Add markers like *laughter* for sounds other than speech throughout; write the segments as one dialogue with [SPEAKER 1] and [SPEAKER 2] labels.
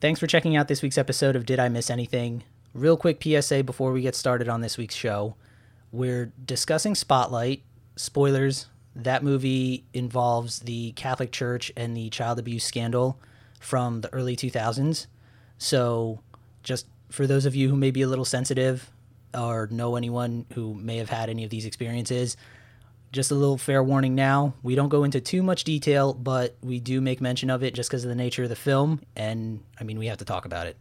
[SPEAKER 1] Thanks for checking out this week's episode of Did I Miss Anything? Real quick PSA before we get started on this week's show. We're discussing Spotlight. Spoilers that movie involves the Catholic Church and the child abuse scandal from the early 2000s. So, just for those of you who may be a little sensitive or know anyone who may have had any of these experiences, just a little fair warning now. We don't go into too much detail, but we do make mention of it just because of the nature of the film. And I mean, we have to talk about it.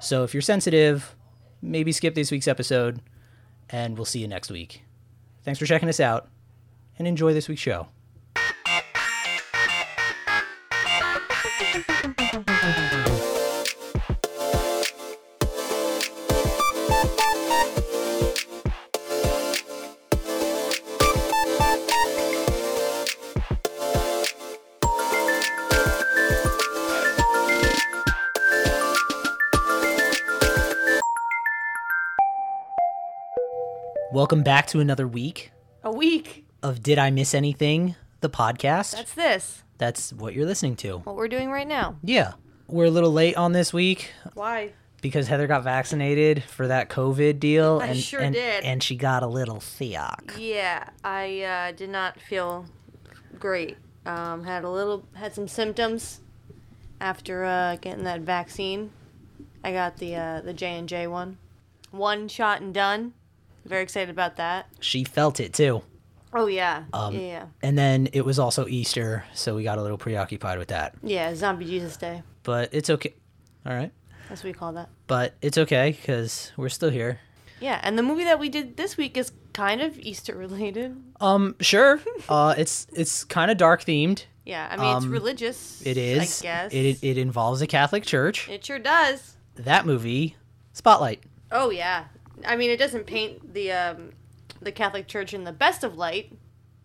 [SPEAKER 1] So if you're sensitive, maybe skip this week's episode, and we'll see you next week. Thanks for checking us out, and enjoy this week's show. Welcome back to another week
[SPEAKER 2] A week.
[SPEAKER 1] of Did I Miss Anything, the podcast.
[SPEAKER 2] That's this.
[SPEAKER 1] That's what you're listening to.
[SPEAKER 2] What we're doing right now.
[SPEAKER 1] Yeah. We're a little late on this week
[SPEAKER 2] Why?
[SPEAKER 1] because Heather got vaccinated for that COVID deal.
[SPEAKER 2] I
[SPEAKER 1] and,
[SPEAKER 2] sure
[SPEAKER 1] and,
[SPEAKER 2] did.
[SPEAKER 1] And she got a little sick.
[SPEAKER 2] Yeah, I uh, did not feel great. Um, had a little, had some symptoms after uh, getting that vaccine. I got the uh, the J and J one, one shot and done. Very excited about that.
[SPEAKER 1] She felt it too.
[SPEAKER 2] Oh yeah,
[SPEAKER 1] Um,
[SPEAKER 2] yeah, yeah,
[SPEAKER 1] And then it was also Easter, so we got a little preoccupied with that.
[SPEAKER 2] yeah. Zombie Jesus Day.
[SPEAKER 1] But it's okay. All right.
[SPEAKER 2] That's what we call that.
[SPEAKER 1] But it's okay because we're still here.
[SPEAKER 2] Yeah, and the movie that we did this week is kind of Easter *laughs* related.
[SPEAKER 1] Um,
[SPEAKER 2] *laughs*
[SPEAKER 1] sure. uh, it's it's kind of dark themed.
[SPEAKER 2] Yeah, I mean it's religious.
[SPEAKER 1] Um, It is.
[SPEAKER 2] I guess
[SPEAKER 1] It it involves a Catholic church.
[SPEAKER 2] It sure does.
[SPEAKER 1] that movie, Spotlight.
[SPEAKER 2] Oh yeah, I mean it doesn't paint the um, the Catholic Church in the best of light,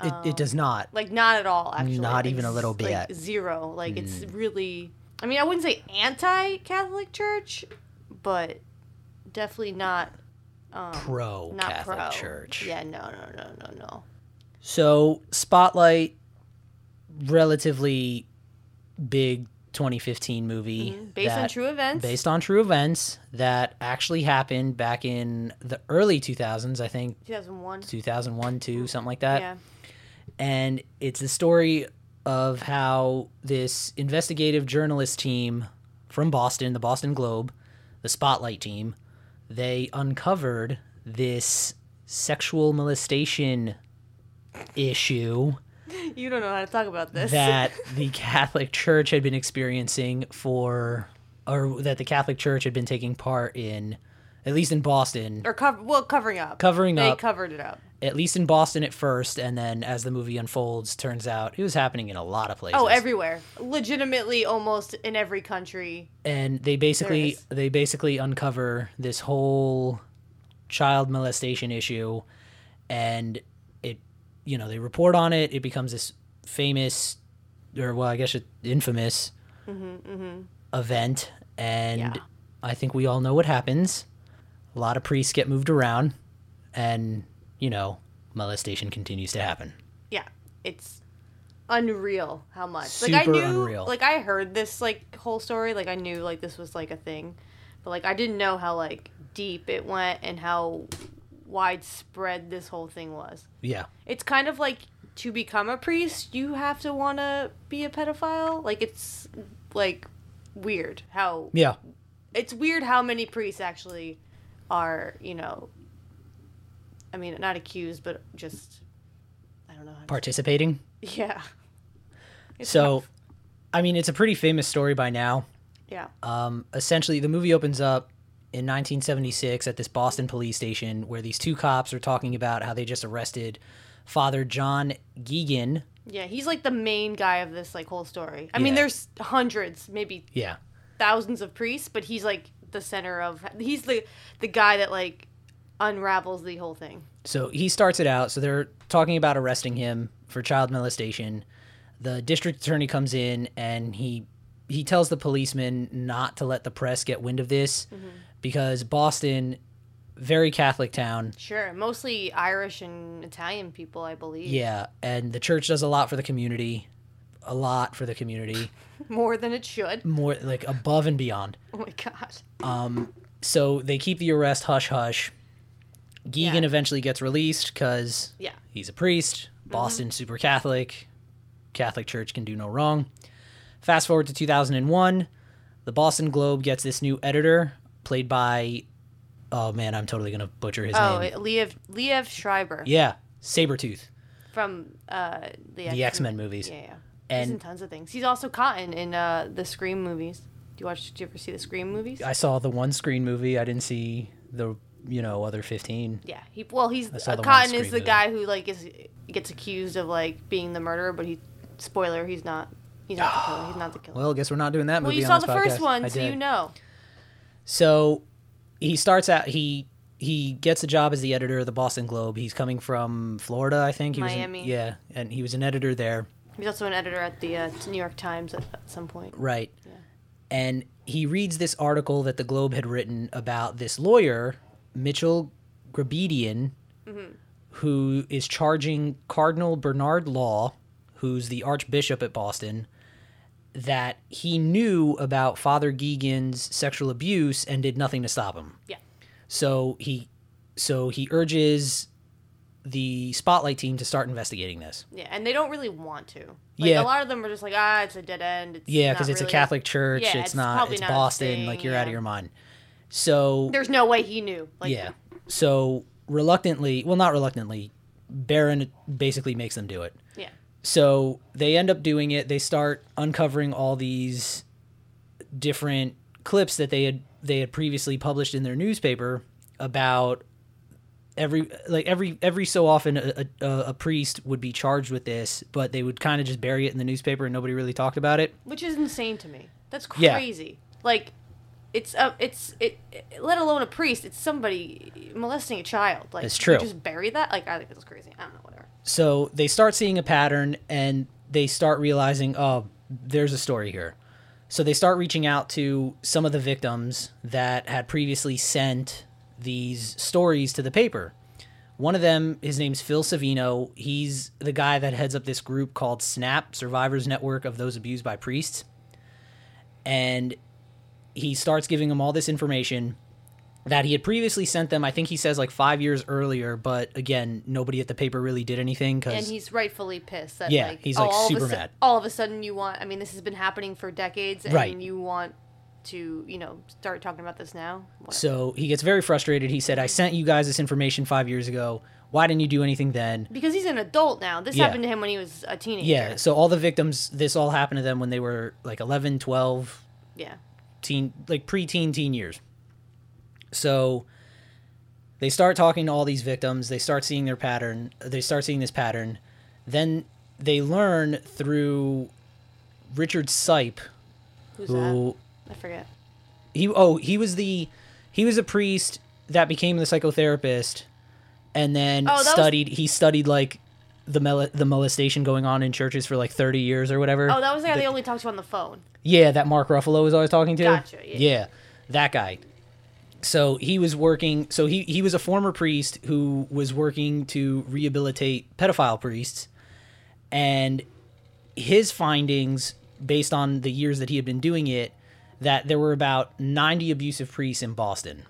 [SPEAKER 1] It,
[SPEAKER 2] Oh.
[SPEAKER 1] it does not.
[SPEAKER 2] like not at all actually.
[SPEAKER 1] Not
[SPEAKER 2] Like,
[SPEAKER 1] even a little
[SPEAKER 2] s- like,
[SPEAKER 1] bit. Mm.
[SPEAKER 2] zero. Like it's really. I mean, I wouldn't say anti-Catholic Church, but definitely not
[SPEAKER 1] Pro
[SPEAKER 2] not
[SPEAKER 1] Catholic
[SPEAKER 2] pro.
[SPEAKER 1] church.
[SPEAKER 2] Yeah, no, no, no, no, no.
[SPEAKER 1] So Spotlight, relatively big 2015 movie
[SPEAKER 2] Mm-hmm. Based on
[SPEAKER 1] that-
[SPEAKER 2] true events.
[SPEAKER 1] based on true events that actually happened back in the early 2000s, I think
[SPEAKER 2] 2001.
[SPEAKER 1] 2001, 2, something like that.
[SPEAKER 2] Mm-hmm. Yeah. *laughs*
[SPEAKER 1] And it's the story of how this investigative journalist team from Boston, the Boston Globe, the Spotlight team, they uncovered this sexual molestation issue
[SPEAKER 2] You don't know how to talk about this.
[SPEAKER 1] that the Catholic Church had been experiencing for, or that the Catholic Church had been taking part in, at least in Boston,
[SPEAKER 2] *laughs* or cover well covering up.
[SPEAKER 1] Covering
[SPEAKER 2] they
[SPEAKER 1] up.
[SPEAKER 2] covered it up.
[SPEAKER 1] at least in Boston at first, and then as the movie unfolds, turns out it was happening in a lot of places.
[SPEAKER 2] Oh, everywhere. Legitimately, almost in every country.
[SPEAKER 1] And they basically
[SPEAKER 2] is.
[SPEAKER 1] they basically uncover this whole child molestation issue, and it, you know, they report on it. It becomes this famous, or well, I guess it infamous event, and
[SPEAKER 2] Mm-hmm, Yeah.
[SPEAKER 1] I think we all know what happens. A lot of priests get moved around, and you know, molestation continues to happen.
[SPEAKER 2] yeah it's unreal how much like i
[SPEAKER 1] Super
[SPEAKER 2] knew
[SPEAKER 1] unreal.
[SPEAKER 2] like i heard this like whole story like i knew like this was like a thing but like i didn't know how like deep it went and how widespread this whole thing was
[SPEAKER 1] Yeah.
[SPEAKER 2] it's kind of like to become a priest you have to want to be a pedophile like it's like weird how
[SPEAKER 1] Yeah.
[SPEAKER 2] it's weird how many priests actually are you know i mean not accused but just i don't know how to
[SPEAKER 1] Participating.
[SPEAKER 2] yeah.
[SPEAKER 1] so, I mean, it's a pretty famous story by now.
[SPEAKER 2] Yeah.
[SPEAKER 1] Um, essentially, the movie opens up in 1976 at this Boston police station where these two cops are talking about how they just arrested Father John Geegan.
[SPEAKER 2] yeah, he's like the main guy of this like whole story. I mean,
[SPEAKER 1] Yeah.
[SPEAKER 2] there's hundreds, maybe
[SPEAKER 1] Yeah.
[SPEAKER 2] thousands of priests, but he's like the center of he's the the guy that like unravels the whole thing.
[SPEAKER 1] So he starts it out. So they're talking about arresting him for child molestation. The district attorney comes in and he he tells the policeman not to let the press get wind of this because Boston, very Catholic town,
[SPEAKER 2] Sure, mostly Irish and Italian people, I believe.
[SPEAKER 1] Yeah, and the church does a lot for the community. a lot for the community,
[SPEAKER 2] *laughs* More than it should.
[SPEAKER 1] more like above and beyond.
[SPEAKER 2] Oh my god.
[SPEAKER 1] So they keep the arrest hush hush. Geegan
[SPEAKER 2] Yeah.
[SPEAKER 1] eventually gets released because
[SPEAKER 2] Yeah.
[SPEAKER 1] he's a priest,
[SPEAKER 2] Mm-hmm.
[SPEAKER 1] Boston super Catholic, Catholic Church can do no wrong. Fast forward to 2001, the Boston Globe gets this new editor played by oh man, I'm totally going to butcher his
[SPEAKER 2] Oh,
[SPEAKER 1] name.
[SPEAKER 2] it- Liev Liev Schreiber
[SPEAKER 1] Yeah, Sabretooth.
[SPEAKER 2] from uh the
[SPEAKER 1] The X-Men movies.
[SPEAKER 2] Yeah, yeah. he's in
[SPEAKER 1] And
[SPEAKER 2] tons of things. He's also Cotton in uh the Scream movies. Do you watch? Do you ever see the Scream movies?
[SPEAKER 1] I saw the one screen movie, I didn't see the you know, other 15.
[SPEAKER 2] Yeah, he well he's
[SPEAKER 1] saw
[SPEAKER 2] uh,
[SPEAKER 1] the one
[SPEAKER 2] Cotton
[SPEAKER 1] Scream
[SPEAKER 2] is the
[SPEAKER 1] movie.
[SPEAKER 2] guy who like is gets accused of like being the murderer, but he spoiler he's not he's not the killer he's not the killer. Well,
[SPEAKER 1] Well, guess we're not doing that movie
[SPEAKER 2] you
[SPEAKER 1] on
[SPEAKER 2] saw
[SPEAKER 1] this
[SPEAKER 2] the first
[SPEAKER 1] podcast.
[SPEAKER 2] one,
[SPEAKER 1] I
[SPEAKER 2] so
[SPEAKER 1] did.
[SPEAKER 2] you know.
[SPEAKER 1] So he starts out he he gets a job as the editor of the Boston Globe. He's coming from Florida, I think. He Was
[SPEAKER 2] Miami.
[SPEAKER 1] an, yeah, and he was an editor there.
[SPEAKER 2] He's also an editor at the uh, New York Times at, at some point.
[SPEAKER 1] Right. And he reads this article that the Globe had written about this lawyer, Mitchell Grabedian, who is charging Cardinal Bernard Law, who's the Archbishop at Boston, that he knew about Father Geegan's sexual abuse and did nothing to stop him.
[SPEAKER 2] Yeah.
[SPEAKER 1] So he so he urges the spotlight team to start investigating this.
[SPEAKER 2] Yeah, and they don't really want to. Like,
[SPEAKER 1] Yeah.
[SPEAKER 2] a lot of them are just like, ah, it's a dead end. It's
[SPEAKER 1] Yeah,
[SPEAKER 2] not
[SPEAKER 1] because it's a
[SPEAKER 2] really-
[SPEAKER 1] Catholic church.
[SPEAKER 2] Yeah,
[SPEAKER 1] it's,
[SPEAKER 2] it's
[SPEAKER 1] not.
[SPEAKER 2] probably
[SPEAKER 1] It's
[SPEAKER 2] not a
[SPEAKER 1] Boston.
[SPEAKER 2] thing,
[SPEAKER 1] like you're out of
[SPEAKER 2] yeah.
[SPEAKER 1] your mind. So
[SPEAKER 2] There's no way he knew. Like,
[SPEAKER 1] yeah. So reluctantly, well, not reluctantly, Baron basically makes them do it.
[SPEAKER 2] yeah.
[SPEAKER 1] So they end up doing it. They start uncovering all these different clips that they had they had previously published in their newspaper about every like every every so often a, a, a priest would be charged with this, but they would kind of just bury it in the newspaper and nobody really talked about it.
[SPEAKER 2] Which is insane to me. That's
[SPEAKER 1] Yeah.
[SPEAKER 2] crazy. Like, it's a, it's it, it- Let alone a priest. It's somebody molesting a child. Like,
[SPEAKER 1] It's true.
[SPEAKER 2] You just bury that. Like, I think it's crazy. I don't know. Whatever.
[SPEAKER 1] So they start seeing a pattern and they start realizing, oh, there's a story here. So they start reaching out to some of the victims that had previously sent these stories to the paper. One of them, his name's Phil Savino. He's the guy that heads up this group called SNAP, Survivors Network of Those Abused by Priests. And he starts giving them all this information that he had previously sent them. I think he says like five years earlier, but again, nobody at the paper really did anything
[SPEAKER 2] And
[SPEAKER 1] because
[SPEAKER 2] he's rightfully pissed. That,
[SPEAKER 1] Yeah,
[SPEAKER 2] like,
[SPEAKER 1] he's,
[SPEAKER 2] oh,
[SPEAKER 1] like,
[SPEAKER 2] all
[SPEAKER 1] super
[SPEAKER 2] of a, su-
[SPEAKER 1] mad.
[SPEAKER 2] All of a sudden, you want. I mean, this has been happening for decades, and
[SPEAKER 1] Right.
[SPEAKER 2] you want to, you know, start talking about this now. Whatever.
[SPEAKER 1] so he gets very frustrated. He said, "I sent you guys this information five years ago. Why didn't you do anything then?"
[SPEAKER 2] because he's an adult now. This
[SPEAKER 1] Yeah.
[SPEAKER 2] happened to him when he was a teenager.
[SPEAKER 1] Yeah. So all the victims, this all happened to them when they were like 11, 12,
[SPEAKER 2] Yeah.
[SPEAKER 1] teen like preteen teen years. So they start talking to all these victims, they start seeing their pattern, they start seeing this pattern. Then they learn through Richard Sipe
[SPEAKER 2] Who's
[SPEAKER 1] who
[SPEAKER 2] that? I forget.
[SPEAKER 1] he oh, he was the he was a priest that became the psychotherapist and then
[SPEAKER 2] Oh, that was-
[SPEAKER 1] studied he studied like the mel- the molestation going on in churches for like 30 years or whatever.
[SPEAKER 2] Oh, that was the guy they only talked to on the phone.
[SPEAKER 1] Yeah, that Mark Ruffalo was always talking to.
[SPEAKER 2] Gotcha, yeah.
[SPEAKER 1] that guy. So he was working. So he he was a former priest who was working to rehabilitate pedophile priests, and his findings, based on the years that he had been doing it, that there were about ninety abusive priests in Boston,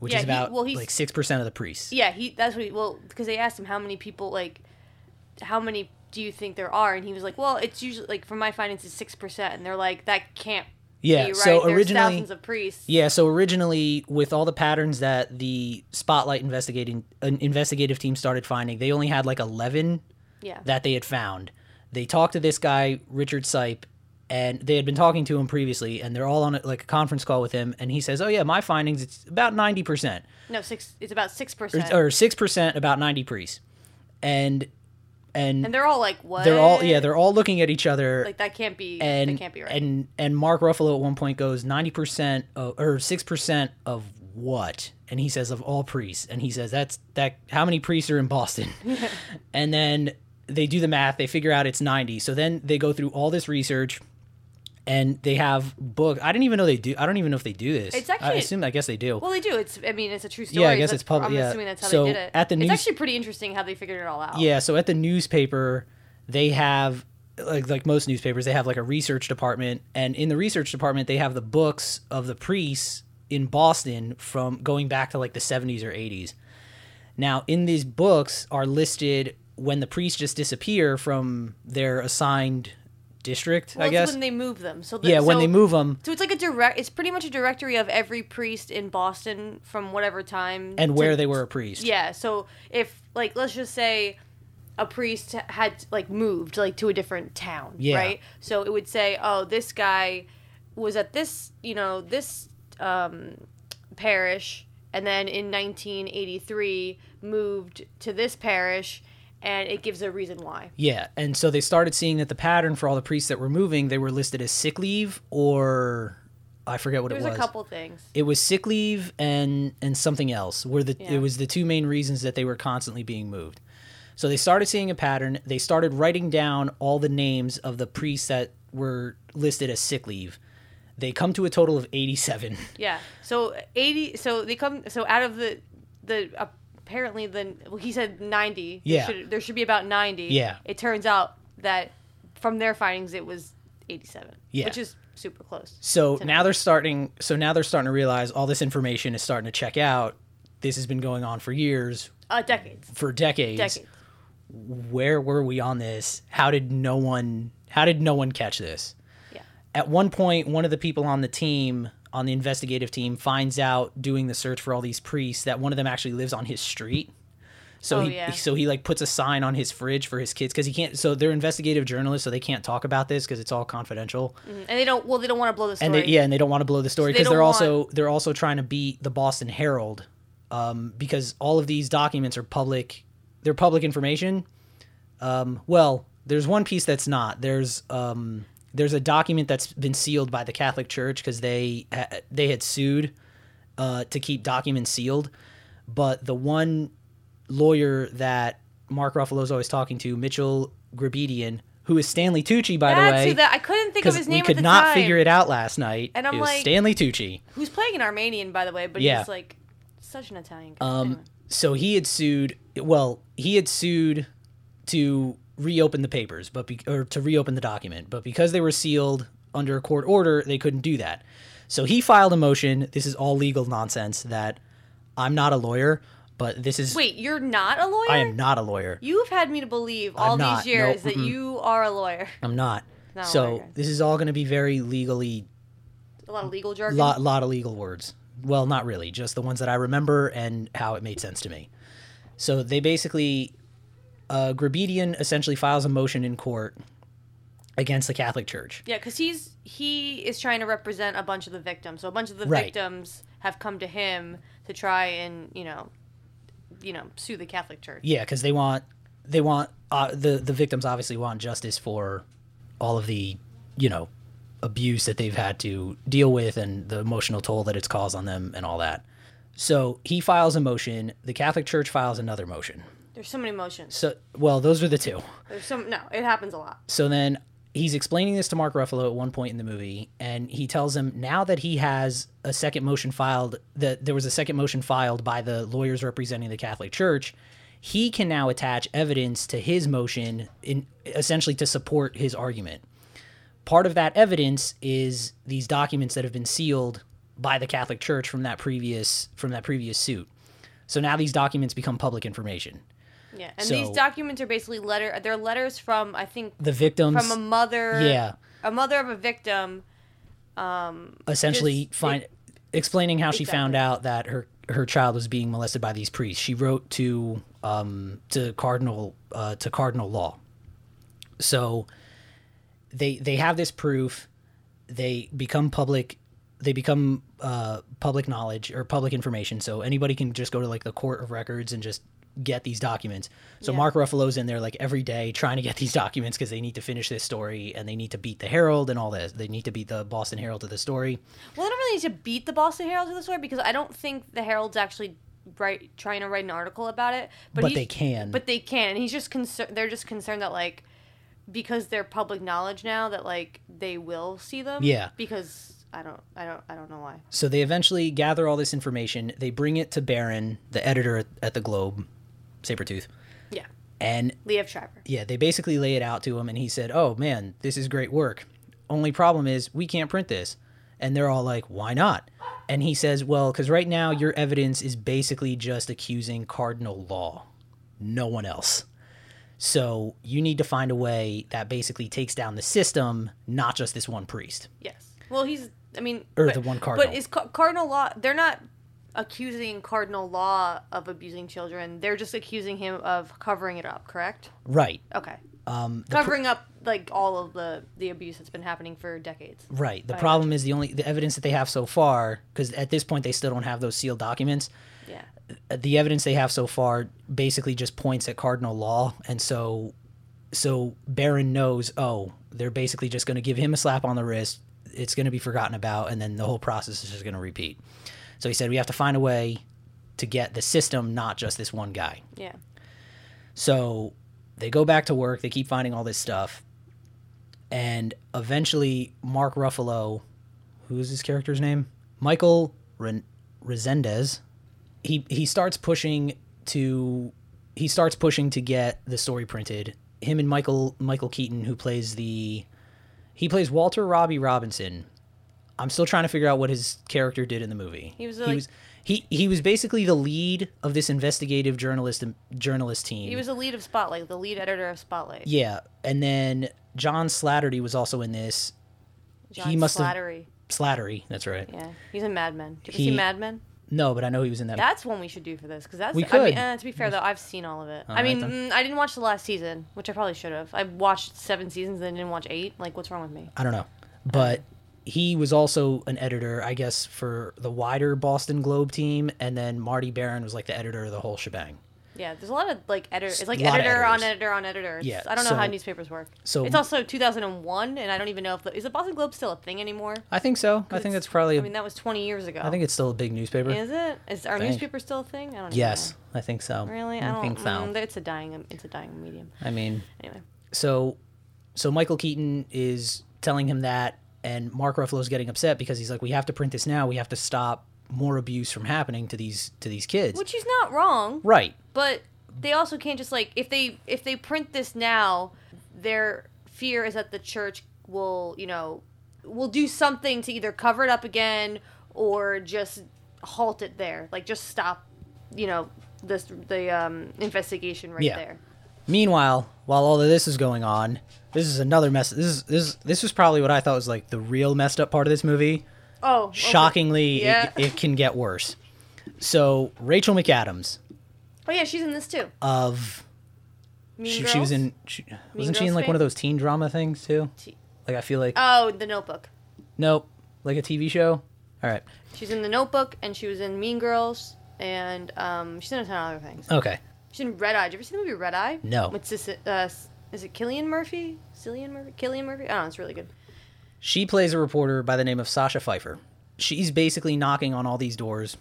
[SPEAKER 1] which
[SPEAKER 2] Yeah,
[SPEAKER 1] is
[SPEAKER 2] he-
[SPEAKER 1] about
[SPEAKER 2] well, he's-
[SPEAKER 1] like six percent of the priests.
[SPEAKER 2] Yeah, he. That's what. He, well, because they asked him how many people like, how many do you think there are, and he was like, well, it's usually like from my findings, it's six percent, and they're like, that can't.
[SPEAKER 1] Yeah,
[SPEAKER 2] be right.
[SPEAKER 1] so
[SPEAKER 2] There's
[SPEAKER 1] originally-
[SPEAKER 2] thousands of priests.
[SPEAKER 1] Yeah, so originally, with all the patterns that the Spotlight investigating an investigative team started finding, they only had like eleven
[SPEAKER 2] Yeah.
[SPEAKER 1] that they had found. They talked to this guy, Richard Sipe, and they had been talking to him previously, and they're all on a, like a conference call with him, and he says, "Oh yeah, my findings it's about ninety percent
[SPEAKER 2] no, six. It's about six percent,
[SPEAKER 1] or six percent, about ninety priests," and and,
[SPEAKER 2] and they're all like, what?
[SPEAKER 1] they're all yeah they're all looking at each other.
[SPEAKER 2] like that can't be.
[SPEAKER 1] and,
[SPEAKER 2] that can't be right.
[SPEAKER 1] and and Mark Ruffalo at one point goes ninety percent or six percent of what? And he says of all priests. And he says that's that. How many priests are in
[SPEAKER 2] *laughs*
[SPEAKER 1] Boston? and then they do the math. They figure out it's ninety. So then they go through all this research, and they have book. I didn't even know they do. I don't even know if they do this.
[SPEAKER 2] It's
[SPEAKER 1] I
[SPEAKER 2] actually-
[SPEAKER 1] assume. I guess they do.
[SPEAKER 2] well, they do. It's. I mean, it's a true story.
[SPEAKER 1] Yeah, I guess
[SPEAKER 2] that's-
[SPEAKER 1] it's public-
[SPEAKER 2] I'm
[SPEAKER 1] yeah.
[SPEAKER 2] assuming that's how
[SPEAKER 1] So,
[SPEAKER 2] they did it.
[SPEAKER 1] at the
[SPEAKER 2] it's
[SPEAKER 1] news-
[SPEAKER 2] actually pretty interesting how they figured it all out.
[SPEAKER 1] Yeah, so at the newspaper, they have like like most newspapers, they have like a research department, and in the research department, they have the books of the priests in Boston from going back to like the 70s or 80s. Now, in these books are listed when the priests just disappear from their assigned district,
[SPEAKER 2] Well,
[SPEAKER 1] I
[SPEAKER 2] it's
[SPEAKER 1] guess.
[SPEAKER 2] when they move them. So the,
[SPEAKER 1] yeah, when
[SPEAKER 2] so-
[SPEAKER 1] they move them
[SPEAKER 2] So it's like a direct. It's pretty much a directory of every priest in Boston from whatever time
[SPEAKER 1] and
[SPEAKER 2] to-
[SPEAKER 1] where they were a priest.
[SPEAKER 2] Yeah. So if like let's just say a priest had like moved like to a different town,
[SPEAKER 1] Yeah.
[SPEAKER 2] right? So it would say, "Oh, this guy was at this, you know, this um parish and then in 1983 moved to this parish and it gives a reason why."
[SPEAKER 1] Yeah, and so they started seeing that the pattern for all the priests that were moving, they were listed as sick leave or I forget what
[SPEAKER 2] There's
[SPEAKER 1] it was.
[SPEAKER 2] a couple things.
[SPEAKER 1] It was sick leave and and something else. Were the
[SPEAKER 2] Yeah.
[SPEAKER 1] it was the two main reasons that they were constantly being moved. So they started seeing a pattern. They started writing down all the names of the priests that were listed as sick leave. They come to a total of 87.
[SPEAKER 2] Yeah. So 80 so they come so out of the the apparently the well, he said 90. There
[SPEAKER 1] Yeah.
[SPEAKER 2] Should, there should be about 90.
[SPEAKER 1] Yeah.
[SPEAKER 2] It turns out that from their findings it was 87.
[SPEAKER 1] Yeah.
[SPEAKER 2] Which is super close.
[SPEAKER 1] *laughs* So now they're starting. So now they're starting to realize all this information is starting to check out. This has been going on for years,
[SPEAKER 2] Uh decades.
[SPEAKER 1] for decades.
[SPEAKER 2] Decades.
[SPEAKER 1] Where were we on this? How did no one? How did no one catch this?
[SPEAKER 2] Yeah.
[SPEAKER 1] At one point, one of the people on the team, on the investigative team, finds out doing the search for all these priests that one of them actually lives on his street. So
[SPEAKER 2] Oh,
[SPEAKER 1] he,
[SPEAKER 2] yeah.
[SPEAKER 1] so he like puts a sign on his fridge for his kids because he can't. So they're investigative journalists, so they can't talk about this because it's all confidential
[SPEAKER 2] Mhm. And they don't well they don't want to blow the story.
[SPEAKER 1] and they, yeah, and they don't want to blow the story
[SPEAKER 2] they
[SPEAKER 1] because they
[SPEAKER 2] don't
[SPEAKER 1] are also they're also trying to beat the Boston Herald, um, because all of these documents are public. They're public information. Um, well, there's one piece that's not. There's um, there's a document that's been sealed by the Catholic Church because they ha- they had sued uh, to keep documents sealed, but the one lawyer that Mark Ruffalo's always talking to, Mitchell Grabedian, who is Stanley Tucci, by the
[SPEAKER 2] That's
[SPEAKER 1] way
[SPEAKER 2] who that I couldn't think of
[SPEAKER 1] because
[SPEAKER 2] his
[SPEAKER 1] we
[SPEAKER 2] name at
[SPEAKER 1] could
[SPEAKER 2] the
[SPEAKER 1] not
[SPEAKER 2] time.
[SPEAKER 1] figure it out last night.
[SPEAKER 2] And I'm
[SPEAKER 1] It was
[SPEAKER 2] like-
[SPEAKER 1] Stanley Tucci.
[SPEAKER 2] Who's playing an Armenian by the way, but
[SPEAKER 1] Yeah.
[SPEAKER 2] he's like such an Italian guy.
[SPEAKER 1] Um,
[SPEAKER 2] Anyway.
[SPEAKER 1] so he had sued. Well, he had sued to reopen the papers, but be, or to reopen the document, but because they were sealed under a court order, they couldn't do that. So he filed a motion. This is all legal nonsense. That I'm not a lawyer, but this is
[SPEAKER 2] Wait, you're not a lawyer?
[SPEAKER 1] I am not a lawyer.
[SPEAKER 2] You've had me to believe all these
[SPEAKER 1] not. No,
[SPEAKER 2] years that
[SPEAKER 1] mm-mm.
[SPEAKER 2] you are a lawyer.
[SPEAKER 1] I'm not.
[SPEAKER 2] Not a
[SPEAKER 1] so
[SPEAKER 2] lawyer.
[SPEAKER 1] this is all going to be very legally
[SPEAKER 2] A lot of legal jargon.
[SPEAKER 1] lot lot of legal words. Well, not really, just the ones that I remember and how it made sense to me. So they basically, uh, Grabedian essentially files a motion in court against the Catholic Church.
[SPEAKER 2] Yeah, because he's he is trying to represent a bunch of the victims. So a bunch of the
[SPEAKER 1] Right.
[SPEAKER 2] victims have come to him to try and you know, you know, sue the Catholic Church.
[SPEAKER 1] Yeah, because they want they want uh, the the victims obviously want justice for all of the you know abuse that they've had to deal with and the emotional toll that it's caused on them and all that. So he files a motion. The Catholic Church files another motion.
[SPEAKER 2] There's so many motions.
[SPEAKER 1] So well, those are the two.
[SPEAKER 2] There's so no, it happens a lot.
[SPEAKER 1] So then he's explaining this to Mark Ruffalo at one point in the movie, and he tells him now that he has a second motion filed, that there was a second motion filed by the lawyers representing the Catholic Church, he can now attach evidence to his motion in essentially to support his argument. Part of that evidence is these documents that have been sealed by the Catholic Church from that previous from that previous suit. So now these documents become public information.
[SPEAKER 2] Yeah, and
[SPEAKER 1] So-
[SPEAKER 2] these documents are basically letter. They're letters from I think
[SPEAKER 1] The victims
[SPEAKER 2] from a mother.
[SPEAKER 1] yeah.
[SPEAKER 2] a mother of a victim.
[SPEAKER 1] essentially
[SPEAKER 2] Just-
[SPEAKER 1] find explaining how she
[SPEAKER 2] Exactly.
[SPEAKER 1] found out that her her child was being molested by these priests. She wrote to um to cardinal uh, to cardinal law. So they they have this proof. They become public. They become uh, public knowledge or public information. So anybody can just go to like the court of records and just get these documents. So
[SPEAKER 2] Yeah.
[SPEAKER 1] Mark Ruffalo's in there like every day trying to get these documents because they need to finish this story and they need to beat the Herald and all this. They need to beat the Boston Herald to the story.
[SPEAKER 2] Well, they don't really need to beat the Boston Herald to the story because I don't think the Herald's actually write trying to write an article about it. But,
[SPEAKER 1] But
[SPEAKER 2] he's-
[SPEAKER 1] they can.
[SPEAKER 2] But they can. And he's just concerned. They're just concerned that like because they're public knowledge now that like they will see them.
[SPEAKER 1] Yeah.
[SPEAKER 2] Because I don't, I don't, I don't know why.
[SPEAKER 1] So they eventually gather all this information. They bring it to Barron, the editor at, at the Globe, Sabretooth.
[SPEAKER 2] Yeah.
[SPEAKER 1] And
[SPEAKER 2] Liev Schreiber.
[SPEAKER 1] yeah, they basically lay it out to him, and he said, "Oh man, this is great work. Only problem is we can't print this." And they're all like, "Why not?" And he says, "Well, because right now your evidence is basically just accusing cardinal law, no one else. So you need to find a way that basically takes down the system, not just this one priest."
[SPEAKER 2] Yes. Well, he's. I mean,
[SPEAKER 1] Or
[SPEAKER 2] but-
[SPEAKER 1] the one cardinal.
[SPEAKER 2] But is ca- cardinal law? They're not accusing cardinal law of abusing children. They're just accusing him of covering it up. Correct.
[SPEAKER 1] Right.
[SPEAKER 2] Okay.
[SPEAKER 1] Um, the
[SPEAKER 2] Covering up like all of the the abuse that's been happening for decades.
[SPEAKER 1] Right. The
[SPEAKER 2] I
[SPEAKER 1] problem is the only the evidence that they have so far, because at this point they still don't have those sealed documents.
[SPEAKER 2] Yeah.
[SPEAKER 1] uh, The evidence they have so far basically just points at cardinal law, and so so Baron knows. Oh, they're basically just going to give him a slap on the wrist. It's going to be forgotten about, and then the whole process is just going to repeat. So he said we have to find a way to get the system, not just this one guy.
[SPEAKER 2] Yeah.
[SPEAKER 1] So they go back to work. They keep finding all this stuff, and eventually Mark Ruffalo, who's his character's name, Michael Ren- Resendez, he he starts pushing to he starts pushing to get the story printed. Him and Michael Michael Keaton, who plays the he plays Walter Robbie Robinson. I'm still trying to figure out what his character did in the movie.
[SPEAKER 2] He was,
[SPEAKER 1] he
[SPEAKER 2] like-
[SPEAKER 1] was he, he was basically the lead of this investigative journalist journalist team.
[SPEAKER 2] He was the lead of Spotlight, the lead editor of Spotlight.
[SPEAKER 1] Yeah, and then John Slattery was also in this.
[SPEAKER 2] John
[SPEAKER 1] he must have-
[SPEAKER 2] Slattery.
[SPEAKER 1] Slattery, that's right.
[SPEAKER 2] Yeah. He's in Mad Men. Did you
[SPEAKER 1] He-
[SPEAKER 2] see Mad Men?
[SPEAKER 1] No, but I know he was in that.
[SPEAKER 2] That's one we should do for this because that's.
[SPEAKER 1] We
[SPEAKER 2] I
[SPEAKER 1] could.
[SPEAKER 2] mean, eh, to be fair though, I've seen all of it. I
[SPEAKER 1] right,
[SPEAKER 2] mean,
[SPEAKER 1] then.
[SPEAKER 2] mm, I didn't watch the last season, which I probably should have. I watched seven seasons and didn't watch eight. Like, what's wrong with me?
[SPEAKER 1] I don't know, but he was also an editor, I guess, for the wider Boston Globe team, and then Marty Baron was like the editor of the whole shebang.
[SPEAKER 2] Yeah, there's a lot of like editor. It's like
[SPEAKER 1] lot of
[SPEAKER 2] editor on
[SPEAKER 1] editors.
[SPEAKER 2] editor on editor. It's-
[SPEAKER 1] Yeah,
[SPEAKER 2] I don't know how
[SPEAKER 1] so-
[SPEAKER 2] newspapers work.
[SPEAKER 1] so-
[SPEAKER 2] So it's also 2001, and I don't even know if the, is the Boston Globe still a thing anymore.
[SPEAKER 1] I think so. I think
[SPEAKER 2] It's-
[SPEAKER 1] that's probably. a I
[SPEAKER 2] I mean, that was 20 years ago.
[SPEAKER 1] think it's still a big newspaper.
[SPEAKER 2] Is it? Is our
[SPEAKER 1] think.
[SPEAKER 2] newspaper still a thing? I don't. even
[SPEAKER 1] yes, I think so.
[SPEAKER 2] know. Really? I don't
[SPEAKER 1] think so.
[SPEAKER 2] mm, it's a dying. It's a dying medium.
[SPEAKER 1] I mean,
[SPEAKER 2] Anyway.
[SPEAKER 1] so so Michael Keaton is telling him that and Mark Ruffalo's getting upset because he's like we have to print this now we have to stop more abuse from happening to these to these kids
[SPEAKER 2] Which is not wrong.
[SPEAKER 1] right
[SPEAKER 2] but they also can't just like if they if they print this now their fear is that the church will you know will do something to either cover it up again or just halt it there like just stop you know this the um investigation right
[SPEAKER 1] Yeah.
[SPEAKER 2] there
[SPEAKER 1] meanwhile while all of this is going on this is another mess this is this this was probably what I thought was like the real messed up part of this movie
[SPEAKER 2] oh okay.
[SPEAKER 1] shockingly
[SPEAKER 2] Yeah.
[SPEAKER 1] it, it can get worse so Rachel McAdams
[SPEAKER 2] oh yeah she's in this too
[SPEAKER 1] of
[SPEAKER 2] mean
[SPEAKER 1] Uh, she, she was
[SPEAKER 2] Girls?
[SPEAKER 1] in she, wasn't she in
[SPEAKER 2] Girls
[SPEAKER 1] like one of
[SPEAKER 2] fame?
[SPEAKER 1] those teen drama things too
[SPEAKER 2] T-
[SPEAKER 1] like I feel like
[SPEAKER 2] oh the notebook
[SPEAKER 1] nope like a TV show all right
[SPEAKER 2] she's in the notebook and she was in mean girls and um she's in a ton of other things
[SPEAKER 1] okay
[SPEAKER 2] She's in Red Eye. Did you ever see the movie Red Eye?
[SPEAKER 1] No.
[SPEAKER 2] What's this? Uh, s- is it Killian Murphy? Cillian Murphy? Killian Murphy? I don't know. It's really good.
[SPEAKER 1] She plays a reporter by the name of Sasha Pfeiffer. She's basically knocking on all these doors,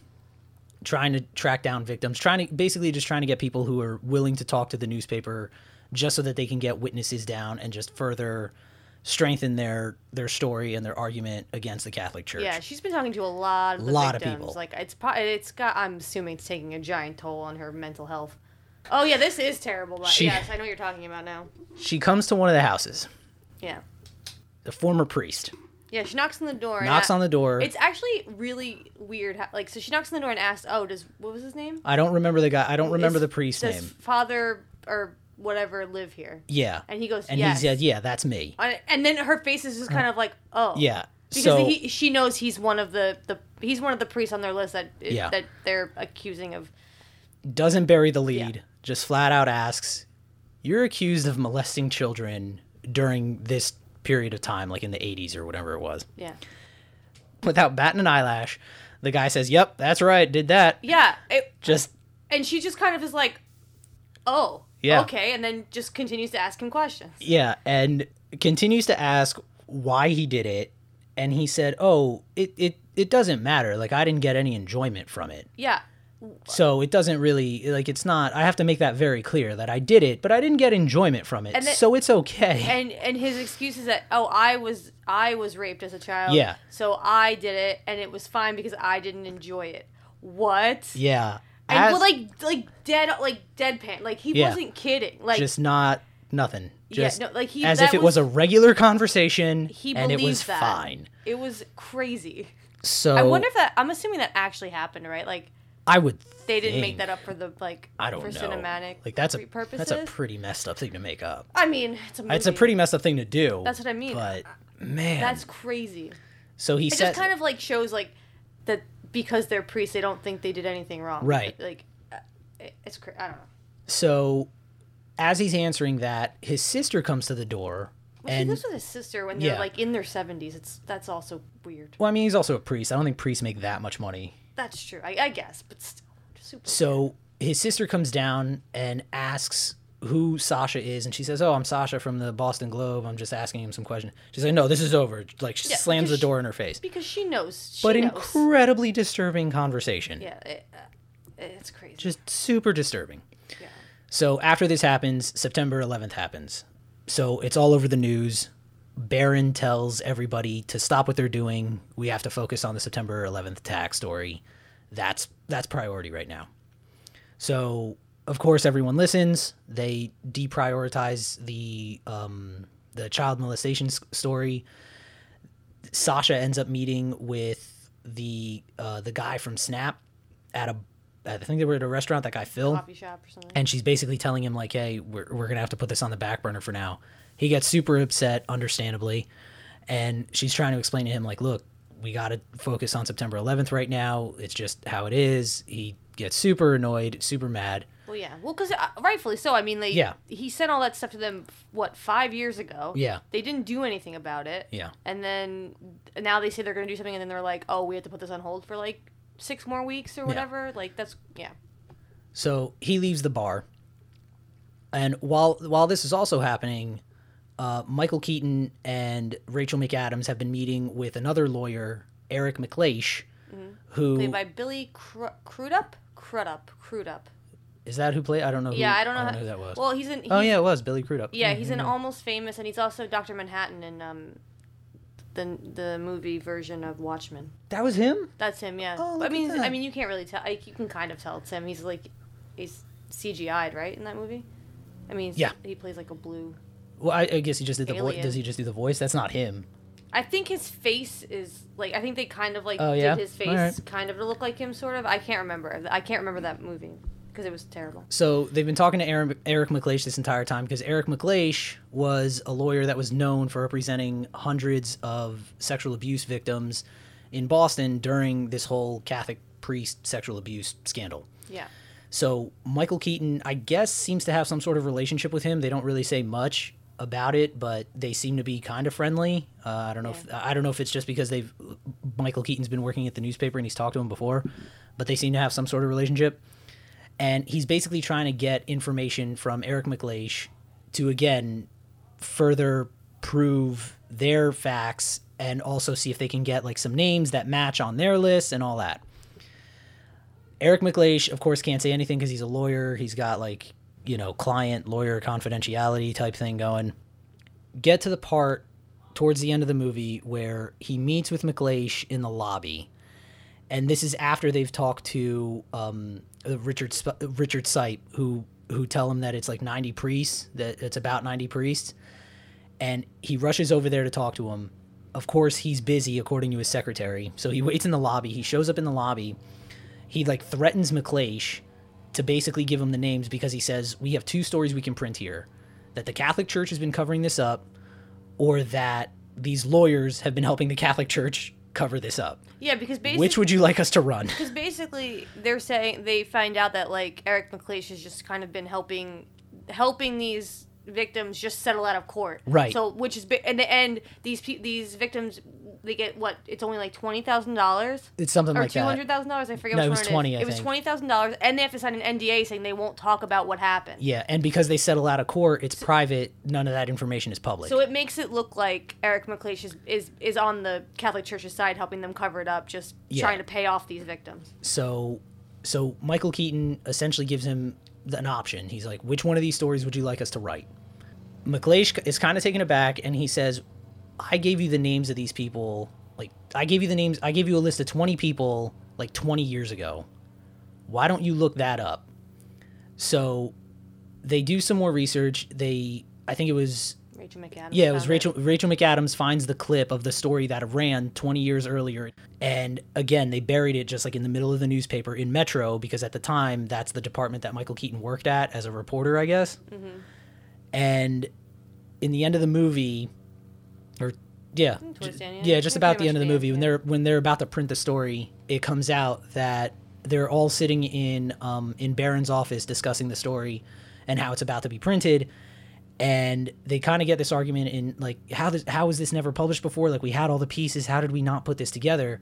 [SPEAKER 1] trying to track down victims, trying to basically just trying to get people who are willing to talk to the newspaper just so that they can get witnesses down and just further strengthen their their story and their argument against the Catholic Church.
[SPEAKER 2] Yeah, she's been talking to a lot of the
[SPEAKER 1] Lot of
[SPEAKER 2] victims.
[SPEAKER 1] people.
[SPEAKER 2] Like it's probably it's got. I'm assuming it's taking a giant toll on her mental health. Oh yeah, this is terrible. But
[SPEAKER 1] She-
[SPEAKER 2] yes, I know what you're talking about now.
[SPEAKER 1] She comes to one of the houses,
[SPEAKER 2] Yeah,
[SPEAKER 1] the former priest,
[SPEAKER 2] yeah. She knocks on the door.
[SPEAKER 1] knocks
[SPEAKER 2] and
[SPEAKER 1] on the door.
[SPEAKER 2] It's actually really weird. How, like so, she knocks on the door and asks, "Oh, does what was his name?
[SPEAKER 1] I don't remember the guy. I don't remember
[SPEAKER 2] Is-
[SPEAKER 1] the priest's
[SPEAKER 2] does
[SPEAKER 1] name.
[SPEAKER 2] Father or whatever live here?"
[SPEAKER 1] Yeah.
[SPEAKER 2] And he goes,
[SPEAKER 1] And
[SPEAKER 2] "Yes."
[SPEAKER 1] he said, "Yeah, that's me."
[SPEAKER 2] I- and then her face is just kind of like, "Oh."
[SPEAKER 1] Yeah.
[SPEAKER 2] because
[SPEAKER 1] so
[SPEAKER 2] he, she knows he's one of the, the he's one of the priests on their list that
[SPEAKER 1] Yeah.
[SPEAKER 2] that they're accusing of.
[SPEAKER 1] doesn't bury the lead, just flat out asks, You're accused of molesting children during this period of time, like in the 80s or whatever it was. *laughs*
[SPEAKER 2] Yeah,
[SPEAKER 1] Without batting an eyelash, the guy says, Yep, that's right, did that.
[SPEAKER 2] yeah, it,
[SPEAKER 1] Just,
[SPEAKER 2] and she just kind of is like, oh,
[SPEAKER 1] Yeah.
[SPEAKER 2] okay, and then just continues to ask him questions.
[SPEAKER 1] yeah, and continues to ask why he did it. And he said, Oh, it, it, it doesn't matter. Like, I didn't get any enjoyment from it.
[SPEAKER 2] Yeah,
[SPEAKER 1] So it doesn't really, like, it's not, I have to make that very clear that I did it, but I didn't get enjoyment from it.
[SPEAKER 2] And the-
[SPEAKER 1] so it's okay.
[SPEAKER 2] and and his excuse is that oh, I was I was raped as a child.
[SPEAKER 1] Yeah.
[SPEAKER 2] so I did it, and it was fine because I didn't enjoy it. What?
[SPEAKER 1] yeah.
[SPEAKER 2] And well,
[SPEAKER 1] As-
[SPEAKER 2] like like dead like deadpan. Like he
[SPEAKER 1] Yeah.
[SPEAKER 2] wasn't kidding. Like
[SPEAKER 1] just not nothing. Just
[SPEAKER 2] yeah, no, like he
[SPEAKER 1] as
[SPEAKER 2] that
[SPEAKER 1] if it was, a regular conversation
[SPEAKER 2] he
[SPEAKER 1] and it was
[SPEAKER 2] believes that.
[SPEAKER 1] fine.
[SPEAKER 2] It was crazy.
[SPEAKER 1] So
[SPEAKER 2] I wonder if that. I'm assuming that actually happened, right? Like
[SPEAKER 1] I would
[SPEAKER 2] they didn't make
[SPEAKER 1] think-
[SPEAKER 2] that up for the like
[SPEAKER 1] I don't
[SPEAKER 2] for
[SPEAKER 1] know.
[SPEAKER 2] cinematic
[SPEAKER 1] like that's a
[SPEAKER 2] purposes.
[SPEAKER 1] that's a pretty messed up thing to make up.
[SPEAKER 2] I mean, it's a movie.
[SPEAKER 1] It's a pretty messed up thing to do.
[SPEAKER 2] That's what I mean.
[SPEAKER 1] But man,
[SPEAKER 2] That's crazy.
[SPEAKER 1] so he
[SPEAKER 2] It
[SPEAKER 1] said
[SPEAKER 2] just kind of like shows like that because they're priests, they don't think they did anything wrong.
[SPEAKER 1] Right.
[SPEAKER 2] Like uh, it- it's cra- I don't know.
[SPEAKER 1] so. As he's answering that, his sister comes to the door,
[SPEAKER 2] Well, she
[SPEAKER 1] and
[SPEAKER 2] lives with his sister when they're
[SPEAKER 1] Yeah.
[SPEAKER 2] like in their seventies. It's that's also weird.
[SPEAKER 1] well, I mean, he's also a priest. I don't think priests make that much money.
[SPEAKER 2] That's true. I, I guess, but still, super.
[SPEAKER 1] So his sister comes down and asks who Sasha is, and she says, "Oh, I'm Sasha from the Boston Globe. I'm just asking him some questions." She's like, "No, this is over." Like she
[SPEAKER 2] Yeah,
[SPEAKER 1] slams the
[SPEAKER 2] because
[SPEAKER 1] door in her face.
[SPEAKER 2] Because she knows. She
[SPEAKER 1] But
[SPEAKER 2] knows.
[SPEAKER 1] incredibly disturbing conversation.
[SPEAKER 2] yeah, it, uh, it's crazy.
[SPEAKER 1] Just super disturbing.
[SPEAKER 2] yeah.
[SPEAKER 1] So after this happens, September 11th happens. So it's all over the news. Barron tells everybody to stop what they're doing. We have to focus on the September 11th attack story. That's that's priority right now. So of course everyone listens. They deprioritize the um, the child molestation s- story. Sasha ends up meeting with the uh, the guy from Snap at a I think they were at a restaurant. That guy Phil
[SPEAKER 2] Coffee shop or something.
[SPEAKER 1] and she's basically telling him like hey we're, we're gonna have to put this on the back burner for now he gets super upset understandably and she's trying to explain to him like look we gotta focus on september 11th right now it's just how it is he gets super annoyed super mad
[SPEAKER 2] Well, yeah. Well, because uh, rightfully so. I mean, they.
[SPEAKER 1] Yeah.
[SPEAKER 2] He sent all that stuff to them. What five years ago?
[SPEAKER 1] Yeah.
[SPEAKER 2] They didn't do anything about it.
[SPEAKER 1] Yeah.
[SPEAKER 2] And then now they say they're going to do something, and then they're like, "Oh, we have to put this on hold for like six more weeks or whatever." Like that's yeah.
[SPEAKER 1] so he leaves the bar and while while this is also happening uh, michael keaton and rachel mcadams have been meeting with another lawyer eric mcleish who
[SPEAKER 2] Mm-hmm. Played
[SPEAKER 1] is
[SPEAKER 2] by Billy Cru- Crudup. Crudup. Crudup.
[SPEAKER 1] that who played i don't know who,
[SPEAKER 2] Yeah, I don't know.
[SPEAKER 1] who
[SPEAKER 2] how-
[SPEAKER 1] that was
[SPEAKER 2] Well, he's in. He's,
[SPEAKER 1] oh yeah it was billy crudup Mm-hmm.
[SPEAKER 2] Yeah, he's in Almost Famous, and he's also Doctor Manhattan in um, the the movie version of Watchmen.
[SPEAKER 1] That was him?
[SPEAKER 2] That's him, yeah.
[SPEAKER 1] Oh, look
[SPEAKER 2] But I
[SPEAKER 1] at
[SPEAKER 2] mean, I
[SPEAKER 1] that.
[SPEAKER 2] mean, you can't really tell. Like, you can kind of tell it's him. He's like, he's CGI'd, right, in that movie. I mean, he's-
[SPEAKER 1] Yeah.
[SPEAKER 2] he plays like a blue.
[SPEAKER 1] Well, I, I guess he just did the voice.
[SPEAKER 2] Alien.
[SPEAKER 1] Does he just do the voice? That's not him.
[SPEAKER 2] I think his face is like. I think they kind of like
[SPEAKER 1] Oh, yeah?
[SPEAKER 2] did his face
[SPEAKER 1] Alright.
[SPEAKER 2] kind of to look like him, sort of. I can't remember. I can't remember that movie because it was terrible.
[SPEAKER 1] So they've been talking to Aaron, Eric McLeish this entire time because Eric McLeish was a lawyer that was known for representing hundreds of sexual abuse victims in Boston during this whole Catholic priest sexual abuse scandal.
[SPEAKER 2] Yeah.
[SPEAKER 1] So Michael Keaton, I guess, seems to have some sort of relationship with him. They don't really say much about it, but they seem to be kind of friendly. Uh, I don't know. If, I don't know if it's just because they've Michael Keaton's been working at the newspaper and he's talked to him before, but they seem to have some sort of relationship. And he's basically trying to get information from Eric McLeish to again further prove their facts and also see if they can get like some names that match on their list and all that. Eric McLeish, of course, can't say anything because he's a lawyer. He's got like, you know, client lawyer confidentiality type thing going. Get to the part towards the end of the movie where he meets with McLeish in the lobby. And this is after they've talked to um, uh, Richard Sp- uh, Richard Sipe, who who tell him that it's like 90 priests, that it's about 90 priests. And he rushes over there to talk to him. Of course, he's busy, according to his secretary. So he waits in the lobby. He shows up in the lobby he like threatens McLeish to basically give him the names because he says we have two stories we can print here that the Catholic Church has been covering this up or that these lawyers have been helping the Catholic Church cover this up.
[SPEAKER 2] Yeah, because basically.
[SPEAKER 1] Which would you like us to
[SPEAKER 2] *laughs*
[SPEAKER 1] run?
[SPEAKER 2] Because basically, they're saying they find out that like Eric McLeish has just kind of been helping, helping these victims just settle out of court.
[SPEAKER 1] Right.
[SPEAKER 2] So which is bi- and and these pe- these victims they get what it's only like twenty thousand dollars
[SPEAKER 1] It's something
[SPEAKER 2] or
[SPEAKER 1] like
[SPEAKER 2] two
[SPEAKER 1] that.
[SPEAKER 2] hundred thousand dollars. I forget
[SPEAKER 1] No,
[SPEAKER 2] which
[SPEAKER 1] it was
[SPEAKER 2] one it is.
[SPEAKER 1] 20, I
[SPEAKER 2] it was
[SPEAKER 1] think.
[SPEAKER 2] twenty thousand dollars, and they have to sign an NDA saying they won't talk about what happened.
[SPEAKER 1] Yeah, and because they settle out of court, it's private. None of that information is public.
[SPEAKER 2] So it makes it look like Eric McLeish is, is is on the Catholic Church's side, helping them cover it up, just
[SPEAKER 1] Yeah.
[SPEAKER 2] trying to pay off these victims.
[SPEAKER 1] so so Michael Keaton essentially gives him th- an option. He's like, "Which one of these stories would you like us to write?" McLeish is kind of taken aback, and he says, "I gave you the names of these people. Like, I gave you the names. I gave you a list of twenty people like twenty years ago. Why don't you look that up? So they do some more research. They, I think it was
[SPEAKER 2] Rachel McAdams.
[SPEAKER 1] yeah, it was
[SPEAKER 2] found
[SPEAKER 1] Rachel Rachel McAdams finds the clip of the story that ran 20 years earlier and again they buried it just like in the middle of the newspaper in Metro because at the time that's the department that Michael Keaton worked at as a reporter, I guess. And in the end of the movie or yeah,
[SPEAKER 2] towards the end, yeah.
[SPEAKER 1] yeah, just
[SPEAKER 2] Yeah,
[SPEAKER 1] about
[SPEAKER 2] pretty
[SPEAKER 1] the end of the
[SPEAKER 2] much the end,
[SPEAKER 1] movie when
[SPEAKER 2] yeah.
[SPEAKER 1] they're when they're about to print the story, it comes out that they're all sitting in um, in Barron's office discussing the story and how it's about to be printed, and they kind of get this argument in like how this, how was this never published before? Like we had all the pieces, how did we not put this together?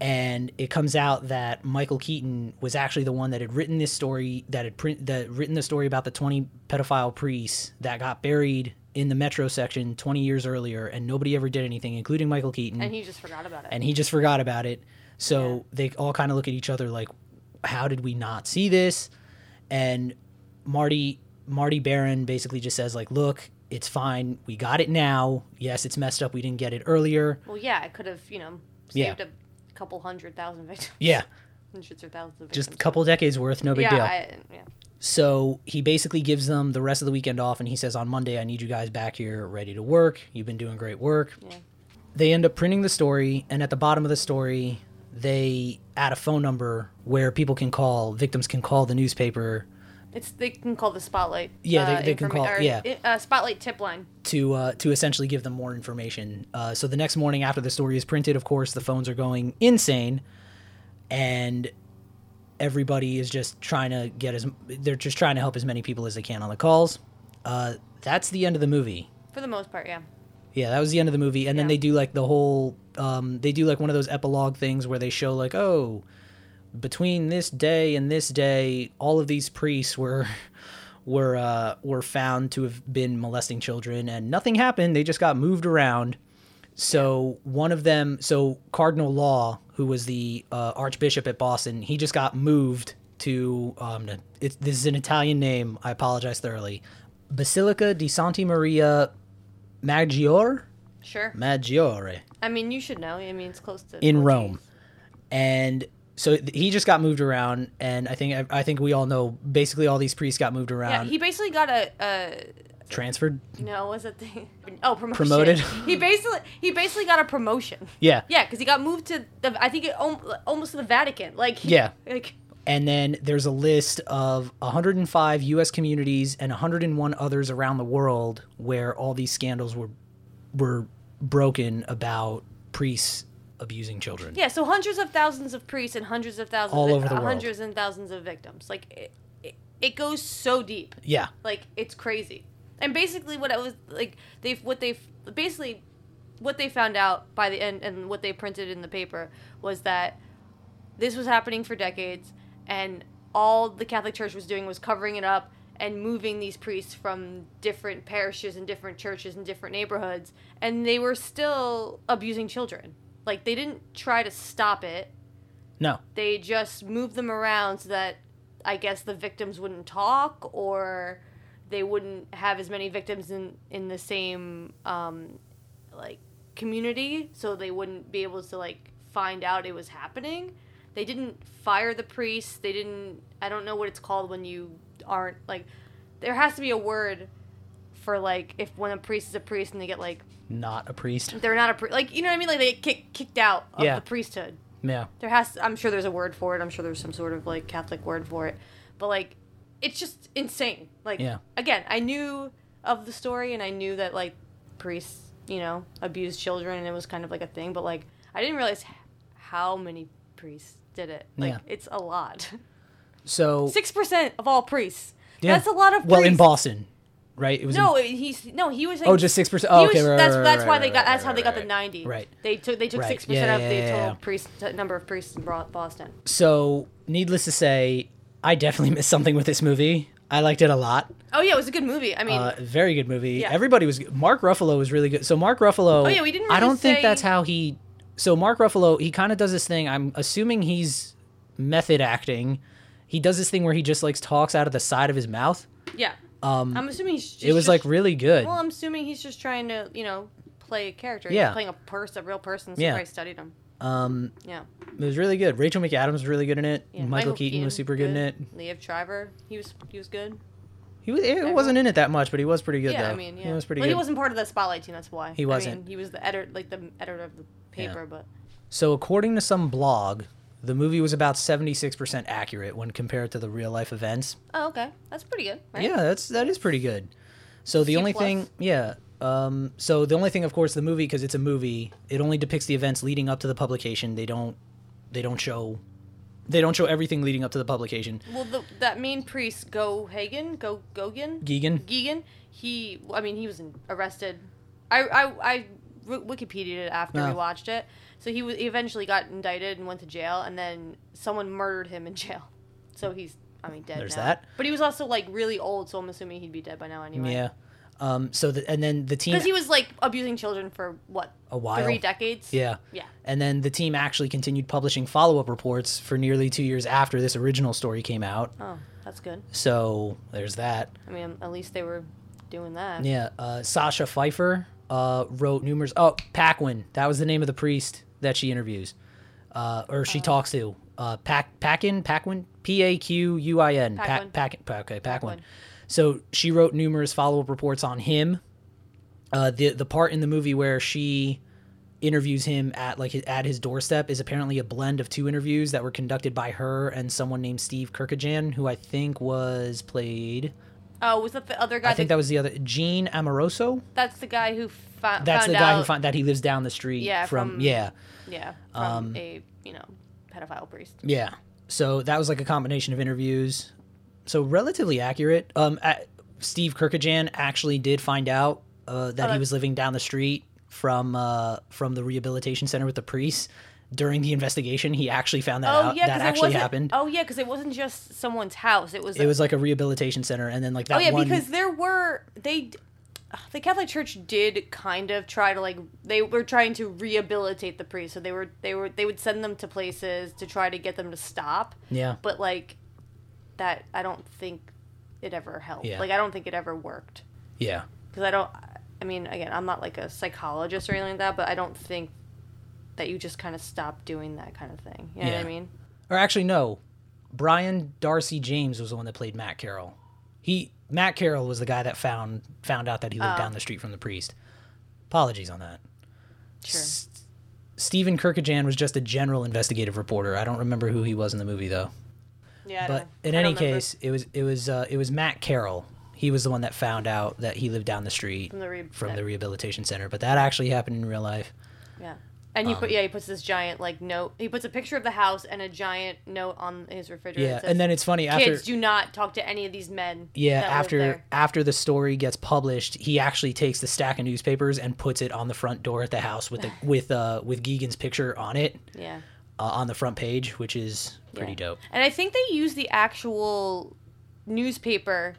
[SPEAKER 1] And it comes out that Michael Keaton was actually the one that had written this story that had print that written the story about the twenty pedophile priests that got buried in the metro section 20 years earlier and nobody ever did anything including michael keaton
[SPEAKER 2] And he just forgot about it.
[SPEAKER 1] and he just forgot about it. So they all kind of look at each other like, "How did we not see this?" And Marty Marty Baron basically just says like, "Look, it's fine. We got it now. Yes, it's messed up. We didn't get it earlier.
[SPEAKER 2] well, yeah, I could have, you know,
[SPEAKER 1] Yeah.
[SPEAKER 2] saved a couple hundred thousand victims. *laughs*
[SPEAKER 1] Yeah,
[SPEAKER 2] Hundreds or thousands of victims.
[SPEAKER 1] just a couple decades worth. No big
[SPEAKER 2] yeah,
[SPEAKER 1] deal."
[SPEAKER 2] I, yeah.
[SPEAKER 1] So he basically gives them the rest of the weekend off, and he says, "On Monday, I need you guys back here, ready to work. You've been doing great work."
[SPEAKER 2] Yeah.
[SPEAKER 1] They end up printing the story, and at the bottom of the story, they add a phone number where people can call, victims can call the newspaper
[SPEAKER 2] It's they can call the spotlight.
[SPEAKER 1] Yeah, they- they can
[SPEAKER 2] informa-
[SPEAKER 1] call-
[SPEAKER 2] or,
[SPEAKER 1] yeah.
[SPEAKER 2] i- Uh, spotlight tip line.
[SPEAKER 1] to uh, to essentially give them more information. Uh, so the next morning after the story is printed, of course, the phones are going insane, and everybody is just trying to get as they're just trying to help as many people as they can on the calls. Uh, that's the end of the movie.
[SPEAKER 2] For the most part, yeah.
[SPEAKER 1] Yeah, that was the end of the movie, and then
[SPEAKER 2] Yeah.
[SPEAKER 1] they do like the whole um, they do like one of those epilogue things where they show like oh between this day and this day all of these priests were *laughs* were uh, were found to have been molesting children and nothing happened they just got moved around so one of them so cardinal law who was the uh, archbishop at boston he just got moved to um, it's this is an italian name i apologize thoroughly basilica di santi maria maggiore
[SPEAKER 2] Sure.
[SPEAKER 1] maggiore
[SPEAKER 2] I mean, you should know. I mean, it's close to.
[SPEAKER 1] in
[SPEAKER 2] Portuguese.
[SPEAKER 1] Rome, and so th- he just got moved around, and I think I think we all know basically all these priests got moved
[SPEAKER 2] Yeah,
[SPEAKER 1] around,
[SPEAKER 2] he basically got a. a
[SPEAKER 1] transferred.
[SPEAKER 2] no, was it the? *laughs* Oh, promotion.
[SPEAKER 1] Promoted.
[SPEAKER 2] *laughs* he basically he basically got a promotion.
[SPEAKER 1] *laughs* Yeah.
[SPEAKER 2] Yeah, because he got moved to the. I think it, al- almost to the Vatican. Like. he-
[SPEAKER 1] Yeah.
[SPEAKER 2] Like.
[SPEAKER 1] And then there's a list of 105 U.S. communities and 101 others around the world where all these scandals were were broken about priests abusing children.
[SPEAKER 2] Yeah, so hundreds of thousands of priests and hundreds of thousands
[SPEAKER 1] All
[SPEAKER 2] of,
[SPEAKER 1] over the world.
[SPEAKER 2] hundreds and thousands of victims. Like it, it, it goes so deep.
[SPEAKER 1] Yeah.
[SPEAKER 2] Like it's crazy. And basically, what I was like, they've what they've basically what they found out by the end and what they printed in the paper was that this was happening for decades, and all the Catholic Church was doing was covering it up and moving these priests from different parishes and different churches and different neighborhoods, and they were still abusing children. Like they didn't try to stop it
[SPEAKER 1] No.
[SPEAKER 2] they just moved them around so that I guess the victims wouldn't talk or they wouldn't have as many victims in in the same um, like community, so they wouldn't be able to like find out it was happening. They didn't fire the priest. They didn't. I don't know what it's called when you aren't like. There has to be a word for like if when a priest is a priest and they get like
[SPEAKER 1] Not a priest.
[SPEAKER 2] they're not a priest like you know what I mean like they get kick, kicked out of
[SPEAKER 1] Yeah.
[SPEAKER 2] the priesthood.
[SPEAKER 1] Yeah.
[SPEAKER 2] There has I'm sure there's a word for it. I'm sure there's some sort of like Catholic word for it. But like it's just insane. Like
[SPEAKER 1] Yeah.
[SPEAKER 2] again, I knew of the story and I knew that like priests, you know, abused children and it was kind of like a thing, but like I didn't realize h- how many priests did it. Like
[SPEAKER 1] Yeah.
[SPEAKER 2] it's a lot. *laughs*
[SPEAKER 1] So
[SPEAKER 2] 6% of all priests.
[SPEAKER 1] yeah.
[SPEAKER 2] That's a lot of priests.
[SPEAKER 1] Well, in Boston, right? It was in-
[SPEAKER 2] No, he's no. He was. Saying,
[SPEAKER 1] Oh, just 6%? Oh,
[SPEAKER 2] he
[SPEAKER 1] okay, right,
[SPEAKER 2] that's
[SPEAKER 1] right,
[SPEAKER 2] that's
[SPEAKER 1] right,
[SPEAKER 2] why they
[SPEAKER 1] right,
[SPEAKER 2] got.
[SPEAKER 1] right,
[SPEAKER 2] That's how they
[SPEAKER 1] right,
[SPEAKER 2] got the
[SPEAKER 1] right.
[SPEAKER 2] ninety.
[SPEAKER 1] Right.
[SPEAKER 2] They took. They took
[SPEAKER 1] Right,
[SPEAKER 2] six
[SPEAKER 1] yeah,
[SPEAKER 2] percent of the
[SPEAKER 1] yeah, yeah,
[SPEAKER 2] total
[SPEAKER 1] yeah.
[SPEAKER 2] priest number of priests in Bro- Boston.
[SPEAKER 1] so needless to say, I definitely *laughs* missed something with this movie. I liked it a lot.
[SPEAKER 2] Oh yeah, it was a good movie. I mean,
[SPEAKER 1] Uh, very good movie.
[SPEAKER 2] Yeah. Oh,
[SPEAKER 1] Everybody was. good. Mark Ruffalo was really good. So Mark Ruffalo.
[SPEAKER 2] yeah, we didn't
[SPEAKER 1] I don't
[SPEAKER 2] really
[SPEAKER 1] think that's
[SPEAKER 2] say-
[SPEAKER 1] how he. So Mark Ruffalo, he kind of does this thing. I'm assuming he's method acting. He does this thing where he just like talks out of the side of his mouth.
[SPEAKER 2] yeah.
[SPEAKER 1] Um,
[SPEAKER 2] I'm assuming he's just,
[SPEAKER 1] it was
[SPEAKER 2] Oh, just-
[SPEAKER 1] like really good.
[SPEAKER 2] Well, I'm assuming he's just trying to, you know, play a character.
[SPEAKER 1] Yeah.
[SPEAKER 2] He's playing a person, a real person. So
[SPEAKER 1] Yeah.
[SPEAKER 2] yeah. probably studied him.
[SPEAKER 1] Um,
[SPEAKER 2] Yeah.
[SPEAKER 1] it was really good. Rachel McAdams was really good in it.
[SPEAKER 2] yeah.
[SPEAKER 1] Michael, Keaton, was super good, in it.
[SPEAKER 2] Liev Shriver, he was he was good.
[SPEAKER 1] He was, he wasn't in it that much, but he was pretty good
[SPEAKER 2] yeah,
[SPEAKER 1] though.
[SPEAKER 2] I mean, yeah.
[SPEAKER 1] He was pretty
[SPEAKER 2] well,
[SPEAKER 1] good.
[SPEAKER 2] he wasn't part of that spotlight team. That's why
[SPEAKER 1] He
[SPEAKER 2] I mean,
[SPEAKER 1] wasn't.
[SPEAKER 2] he was the editor, like the editor of the
[SPEAKER 1] Yeah.
[SPEAKER 2] paper, but
[SPEAKER 1] So, according to some blog, the movie was about 76% accurate when compared to the real life events.
[SPEAKER 2] oh, okay, that's pretty good. Right?
[SPEAKER 1] Yeah, that's that is pretty good. So the
[SPEAKER 2] C
[SPEAKER 1] only
[SPEAKER 2] plus.
[SPEAKER 1] thing, yeah. Um, so the only thing, of course, the movie because it's a movie, it only depicts the events leading up to the publication. They don't, they don't show, they don't show everything leading up to the publication.
[SPEAKER 2] Well, the, that mean priest, Gohagen, Go Gogan,
[SPEAKER 1] Geegan,
[SPEAKER 2] Geegan, he, I mean, he was in- arrested. I, I, I w- Wikipedia'd it after we
[SPEAKER 1] Oh.
[SPEAKER 2] watched it. So he, w- he eventually got indicted and went to jail, and then someone murdered him in *laughs* jail. So he's, I mean, dead
[SPEAKER 1] There's
[SPEAKER 2] now.
[SPEAKER 1] that.
[SPEAKER 2] But he was also, like, really old, so I'm assuming he'd be dead by now anyway.
[SPEAKER 1] yeah. Um, so the, and then the team
[SPEAKER 2] Because he was, like, abusing children for, what,
[SPEAKER 1] a while,
[SPEAKER 2] three decades?
[SPEAKER 1] yeah.
[SPEAKER 2] Yeah.
[SPEAKER 1] And then the team actually continued publishing follow up reports for nearly two years after this original story came out.
[SPEAKER 2] Oh, that's good.
[SPEAKER 1] So there's that.
[SPEAKER 2] I mean, at least they were doing that.
[SPEAKER 1] Yeah, uh, Sasha Pfeiffer uh, wrote numerous. Oh, Paquin. That was the name of the priest that she interviews, uh, or she talks to. Uh, Pac Paquin Paquin P A Q U I N Paquin
[SPEAKER 2] Paquin.
[SPEAKER 1] Paquin. Okay, Paquin.
[SPEAKER 2] Paquin.
[SPEAKER 1] So she wrote numerous follow up reports on him. Uh, the the part in the movie where she interviews him at like at his doorstep is apparently a blend of two interviews that were conducted by her and someone named Steve Kirkajan, who I think was played.
[SPEAKER 2] Oh, was that the other guy?
[SPEAKER 1] I think that was the other Gene Amoroso.
[SPEAKER 2] that's the guy who fou-
[SPEAKER 1] That's
[SPEAKER 2] found
[SPEAKER 1] the guy
[SPEAKER 2] out.
[SPEAKER 1] who found that he lives down the street
[SPEAKER 2] Yeah,
[SPEAKER 1] from,
[SPEAKER 2] from-
[SPEAKER 1] yeah.
[SPEAKER 2] Yeah, from
[SPEAKER 1] um,
[SPEAKER 2] a you know pedophile priest.
[SPEAKER 1] Yeah. So that was like a combination of interviews. So relatively accurate. Um a Steve Kirkajan actually did find out uh, that he
[SPEAKER 2] that-
[SPEAKER 1] was living down the street from uh from the rehabilitation center with the priests during the investigation. He actually found that
[SPEAKER 2] Oh
[SPEAKER 1] out.
[SPEAKER 2] yeah,
[SPEAKER 1] that
[SPEAKER 2] because it
[SPEAKER 1] actually
[SPEAKER 2] wasn't.
[SPEAKER 1] happened.
[SPEAKER 2] Oh yeah, because it wasn't just someone's house. It was.
[SPEAKER 1] It was like a rehabilitation center and then like that
[SPEAKER 2] oh yeah,
[SPEAKER 1] one
[SPEAKER 2] because there were they. d- ugh, The Catholic Church did kind of try to like they were trying to rehabilitate the priests, so they were they were they would send them to places to try to get them to stop.
[SPEAKER 1] Yeah.
[SPEAKER 2] But like, that I don't think it ever helped.
[SPEAKER 1] Yeah.
[SPEAKER 2] Like I don't think it ever worked.
[SPEAKER 1] Yeah.
[SPEAKER 2] because I don't. I mean, again, I'm not like a psychologist or anything like that, but I don't think that you just kind of stop doing that kind of thing. You know what
[SPEAKER 1] Yeah.
[SPEAKER 2] I mean?
[SPEAKER 1] or actually no brian darcy james was the one that played matt carroll he matt carroll was the guy that found found out that he lived
[SPEAKER 2] Oh.
[SPEAKER 1] down the street from the priest apologies on that
[SPEAKER 2] Sure.
[SPEAKER 1] stephen kirkajan was just a general investigative reporter i don't remember who he was in the movie though
[SPEAKER 2] Yeah. I don't
[SPEAKER 1] but
[SPEAKER 2] know.
[SPEAKER 1] in
[SPEAKER 2] Uh, I
[SPEAKER 1] any
[SPEAKER 2] don't remember
[SPEAKER 1] case it was it was uh, it was matt carroll he was the one that found out that he lived down the street
[SPEAKER 2] from the re- uh,
[SPEAKER 1] from
[SPEAKER 2] that-
[SPEAKER 1] the rehabilitation center but that actually happened in real life
[SPEAKER 2] yeah. And he
[SPEAKER 1] um,
[SPEAKER 2] put yeah he puts this giant like note. He puts a picture of the house and a giant note on his refrigerator.
[SPEAKER 1] yeah
[SPEAKER 2] that says,
[SPEAKER 1] and then it's funny after
[SPEAKER 2] kids do not talk to any of these men.
[SPEAKER 1] Yeah,
[SPEAKER 2] that live
[SPEAKER 1] after
[SPEAKER 2] there."
[SPEAKER 1] after the story gets published, he actually takes the stack of newspapers and puts it on the front door at the house
[SPEAKER 2] *sighs*
[SPEAKER 1] with the, with uh with Geegan's picture on it
[SPEAKER 2] Yeah.
[SPEAKER 1] uh, on the front page, which is pretty
[SPEAKER 2] Yeah.
[SPEAKER 1] dope.
[SPEAKER 2] And I think they use the actual newspaper,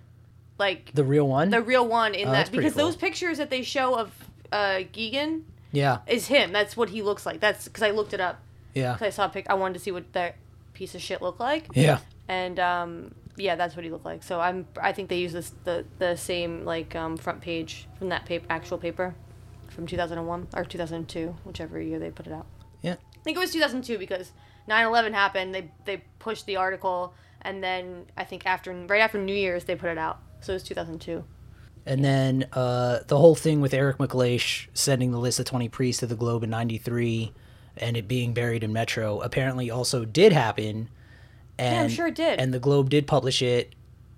[SPEAKER 2] like
[SPEAKER 1] The real one,
[SPEAKER 2] the real one in
[SPEAKER 1] Oh, that's
[SPEAKER 2] that
[SPEAKER 1] pretty
[SPEAKER 2] because
[SPEAKER 1] cool.
[SPEAKER 2] those pictures that they show of uh, Geegan
[SPEAKER 1] yeah,
[SPEAKER 2] is him. That's what he looks like. That's because I looked it up.
[SPEAKER 1] yeah,
[SPEAKER 2] 'Cause I saw a pic. I wanted to see what that piece of shit looked like.
[SPEAKER 1] yeah,
[SPEAKER 2] And um, yeah, that's what he looked like. So I'm. I think they use this the the same like um, front page from that paper, actual paper, from 2001 or 2002, whichever year they put it out.
[SPEAKER 1] yeah,
[SPEAKER 2] I think it was 2002 because 9/11 happened. They they pushed the article, and then I think after right after New Year's they put it out. So it was 2002.
[SPEAKER 1] and then uh the whole thing with Eric McLeish sending the list of twenty priests to the Globe in '93 and it being buried in Metro apparently also did happen. And,
[SPEAKER 2] I'm sure it did.
[SPEAKER 1] And the Globe did publish it,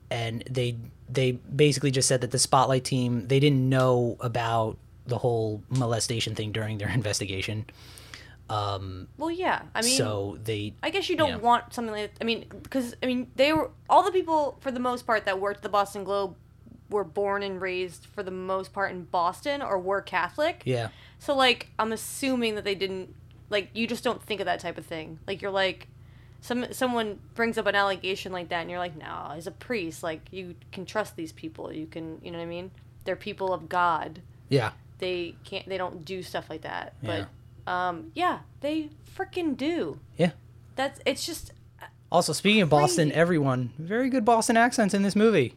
[SPEAKER 1] and they they basically just said that the Spotlight team they didn't know about the whole molestation thing during their *laughs* investigation,
[SPEAKER 2] Well, yeah. I mean,
[SPEAKER 1] so they
[SPEAKER 2] I guess you don't
[SPEAKER 1] Yeah.
[SPEAKER 2] want something like I mean, because I mean, they were all the people for the most part that worked at the Boston Globe were born and raised for the most part in Boston or were Catholic.
[SPEAKER 1] yeah
[SPEAKER 2] So like, I'm assuming that they didn't like you just don't think of that type of thing. Like you're like, some someone brings up an allegation like that, and you're like, no, he's a priest. Like you can trust these people. You can, you know what I mean? They're people of God.
[SPEAKER 1] yeah
[SPEAKER 2] They can't. They don't do stuff like that.
[SPEAKER 1] Yeah.
[SPEAKER 2] But um, yeah, they freaking do.
[SPEAKER 1] yeah.
[SPEAKER 2] That's it's just
[SPEAKER 1] Also, speaking of Boston,
[SPEAKER 2] Crazy.
[SPEAKER 1] everyone very good Boston accents in this movie.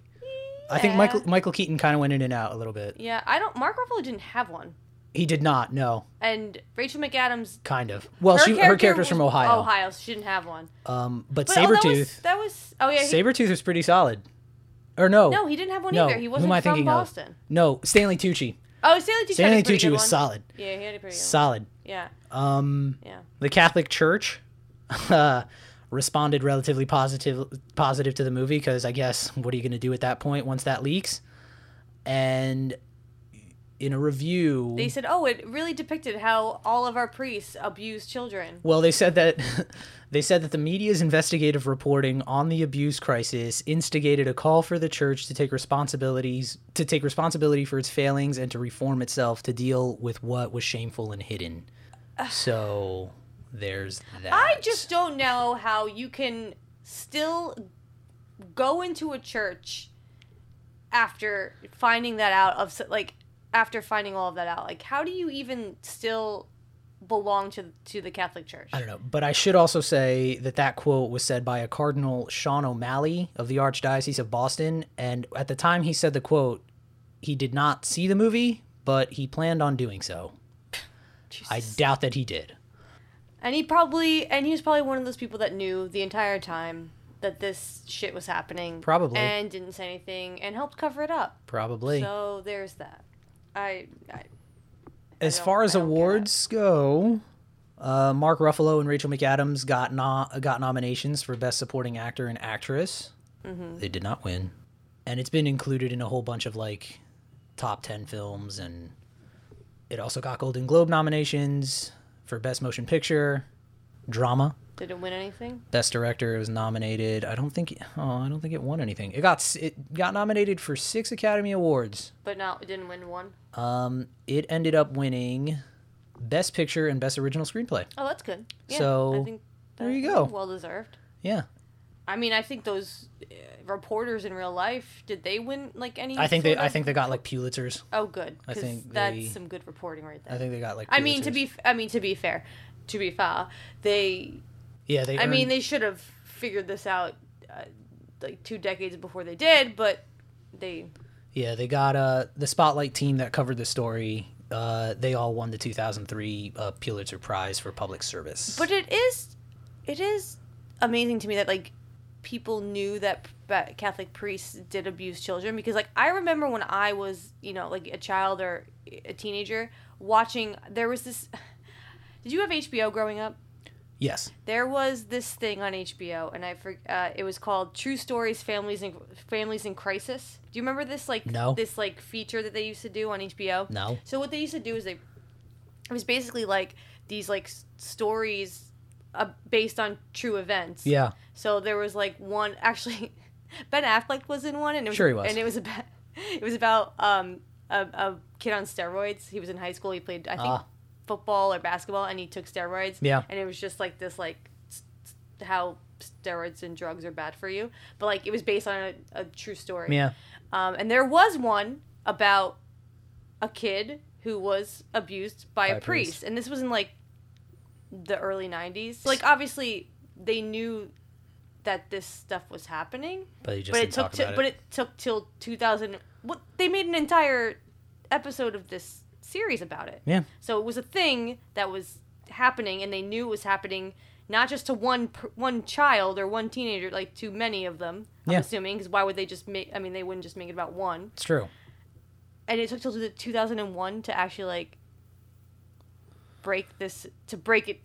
[SPEAKER 1] I think
[SPEAKER 2] Yeah.
[SPEAKER 1] Michael Michael Keaton kind of went in and out a little bit.
[SPEAKER 2] Yeah, I don't. Mark Ruffalo didn't have one.
[SPEAKER 1] He did not. No,
[SPEAKER 2] And Rachel McAdams.
[SPEAKER 1] kind of. Well, she her character's from
[SPEAKER 2] was-
[SPEAKER 1] Ohio.
[SPEAKER 2] Ohio, so she didn't have one.
[SPEAKER 1] Um, but,
[SPEAKER 2] But, oh, that was-
[SPEAKER 1] Sabretooth,
[SPEAKER 2] That was. Oh yeah. He,
[SPEAKER 1] Sabretooth was pretty solid. Or no,
[SPEAKER 2] no, he didn't have one
[SPEAKER 1] no.
[SPEAKER 2] either. He
[SPEAKER 1] Who
[SPEAKER 2] wasn't
[SPEAKER 1] am I
[SPEAKER 2] from
[SPEAKER 1] thinking of?
[SPEAKER 2] Boston.
[SPEAKER 1] no, Stanley Tucci.
[SPEAKER 2] Oh, Stanley Tucci. had a
[SPEAKER 1] Stanley
[SPEAKER 2] pretty
[SPEAKER 1] Tucci
[SPEAKER 2] good
[SPEAKER 1] was
[SPEAKER 2] one.
[SPEAKER 1] solid,
[SPEAKER 2] Yeah, he had a pretty good one.
[SPEAKER 1] solid.
[SPEAKER 2] Yeah,
[SPEAKER 1] Um,
[SPEAKER 2] yeah.
[SPEAKER 1] the Catholic Church *laughs* uh, responded relatively positive positive to the movie because I guess what are you going to do at that point once that leaks? And in a review,
[SPEAKER 2] They said, "Oh, it really depicted how all of our priests abuse children."
[SPEAKER 1] Well, they said that *laughs* they said that the media's investigative reporting on the abuse crisis instigated a call for the church to take responsibilities to take responsibility for its failings and to reform itself to deal with what was shameful and hidden. So there's that.
[SPEAKER 2] I just don't know how you can still go into a church after finding that out of s- like after finding all of that out. Like, how do you even still belong to to the Catholic Church?
[SPEAKER 1] I don't know, but I should also say that that quote was said by a Cardinal Sean O'Malley of the Archdiocese of Boston, and at the time he said the quote, he did not see the movie, but he planned on doing so. I
[SPEAKER 2] Jesus.
[SPEAKER 1] doubt that he did.
[SPEAKER 2] And he probably and he was probably one of those people that knew the entire time that this shit was happening.
[SPEAKER 1] Probably.
[SPEAKER 2] And didn't say anything and helped cover it up.
[SPEAKER 1] Probably.
[SPEAKER 2] So there's that. I, I
[SPEAKER 1] as
[SPEAKER 2] don't-
[SPEAKER 1] far as
[SPEAKER 2] I don't get it.
[SPEAKER 1] awards go, uh, Mark Ruffalo and Rachel McAdams got no- got nominations for Best Supporting Actor and Actress.
[SPEAKER 2] Mm-hmm.
[SPEAKER 1] They did not win, and it's been included in a whole bunch of like top ten films, and it also got Golden Globe nominations for Best Motion Picture, Drama,
[SPEAKER 2] didn't win anything.
[SPEAKER 1] Best Director. It was nominated. I don't think. Oh, I don't think it won anything. It got s- it got nominated for six Academy Awards.
[SPEAKER 2] But not didn't win one.
[SPEAKER 1] Um, it ended up winning Best Picture and Best Original Screenplay.
[SPEAKER 2] Oh, that's good. Yeah,
[SPEAKER 1] So,
[SPEAKER 2] I think
[SPEAKER 1] there you
[SPEAKER 2] that's
[SPEAKER 1] go.
[SPEAKER 2] Well deserved.
[SPEAKER 1] Yeah,
[SPEAKER 2] I mean, I think those uh, reporters in real life did they win like any?
[SPEAKER 1] I think they.
[SPEAKER 2] sort
[SPEAKER 1] I
[SPEAKER 2] of-
[SPEAKER 1] think they got like Pulitzers.
[SPEAKER 2] Oh, good.
[SPEAKER 1] I
[SPEAKER 2] 'cause
[SPEAKER 1] think
[SPEAKER 2] that's
[SPEAKER 1] they-
[SPEAKER 2] some good reporting right there.
[SPEAKER 1] I think they got like.
[SPEAKER 2] I mean, to
[SPEAKER 1] Pulitzers.
[SPEAKER 2] be f- I mean to be fair, to be fair, they
[SPEAKER 1] Yeah, they.
[SPEAKER 2] I mean,
[SPEAKER 1] earned-
[SPEAKER 2] they should have figured this out uh, like two decades before they did, but they.
[SPEAKER 1] Yeah, they got uh the Spotlight team that covered the story. Uh, they all won the 2003 uh, Pulitzer Prize for public service.
[SPEAKER 2] But it is, it is amazing to me that like people knew that, that Catholic priests did abuse children because like I remember when I was you know like a child or a teenager watching there was this. *sighs* Did you have HBO growing up?
[SPEAKER 1] yes,
[SPEAKER 2] There was this thing on HBO, and I for, uh, it was called "True Stories: Families in Families in Crisis." Do you remember this like
[SPEAKER 1] No.
[SPEAKER 2] this like feature that they used to do on HBO?
[SPEAKER 1] no.
[SPEAKER 2] So what they used to do is they it was basically like these like s- stories uh, based on true events.
[SPEAKER 1] Yeah,
[SPEAKER 2] So there was like one *laughs* actually Ben Affleck was in one and it was,
[SPEAKER 1] Sure he was.
[SPEAKER 2] and it was about *laughs* it was about um a, a kid on steroids. He was in high school. He played I think
[SPEAKER 1] Ah.
[SPEAKER 2] football or basketball and he took steroids.
[SPEAKER 1] Yeah.
[SPEAKER 2] And it was just like this like s- s- how steroids and drugs are bad for you. But like it was based on a, a true story.
[SPEAKER 1] yeah.
[SPEAKER 2] Um, and there was one about a kid who was abused by,
[SPEAKER 1] By
[SPEAKER 2] a
[SPEAKER 1] a
[SPEAKER 2] priest.
[SPEAKER 1] priest.
[SPEAKER 2] and this was in like the early '90s. Like, obviously, they knew that this stuff was happening,
[SPEAKER 1] But you just
[SPEAKER 2] but
[SPEAKER 1] didn't
[SPEAKER 2] it took
[SPEAKER 1] talk about
[SPEAKER 2] to,
[SPEAKER 1] it.
[SPEAKER 2] but it took till 2000. What they made an entire episode of this series about it.
[SPEAKER 1] Yeah.
[SPEAKER 2] So it was a thing that was happening, and they knew it was happening not just to one per- one child or one teenager, like to many of them. I'm
[SPEAKER 1] Yeah.
[SPEAKER 2] assuming because why would they just make? I mean, they wouldn't just make it about one.
[SPEAKER 1] It's true.
[SPEAKER 2] And it took till the 2001 to actually like break this to break it,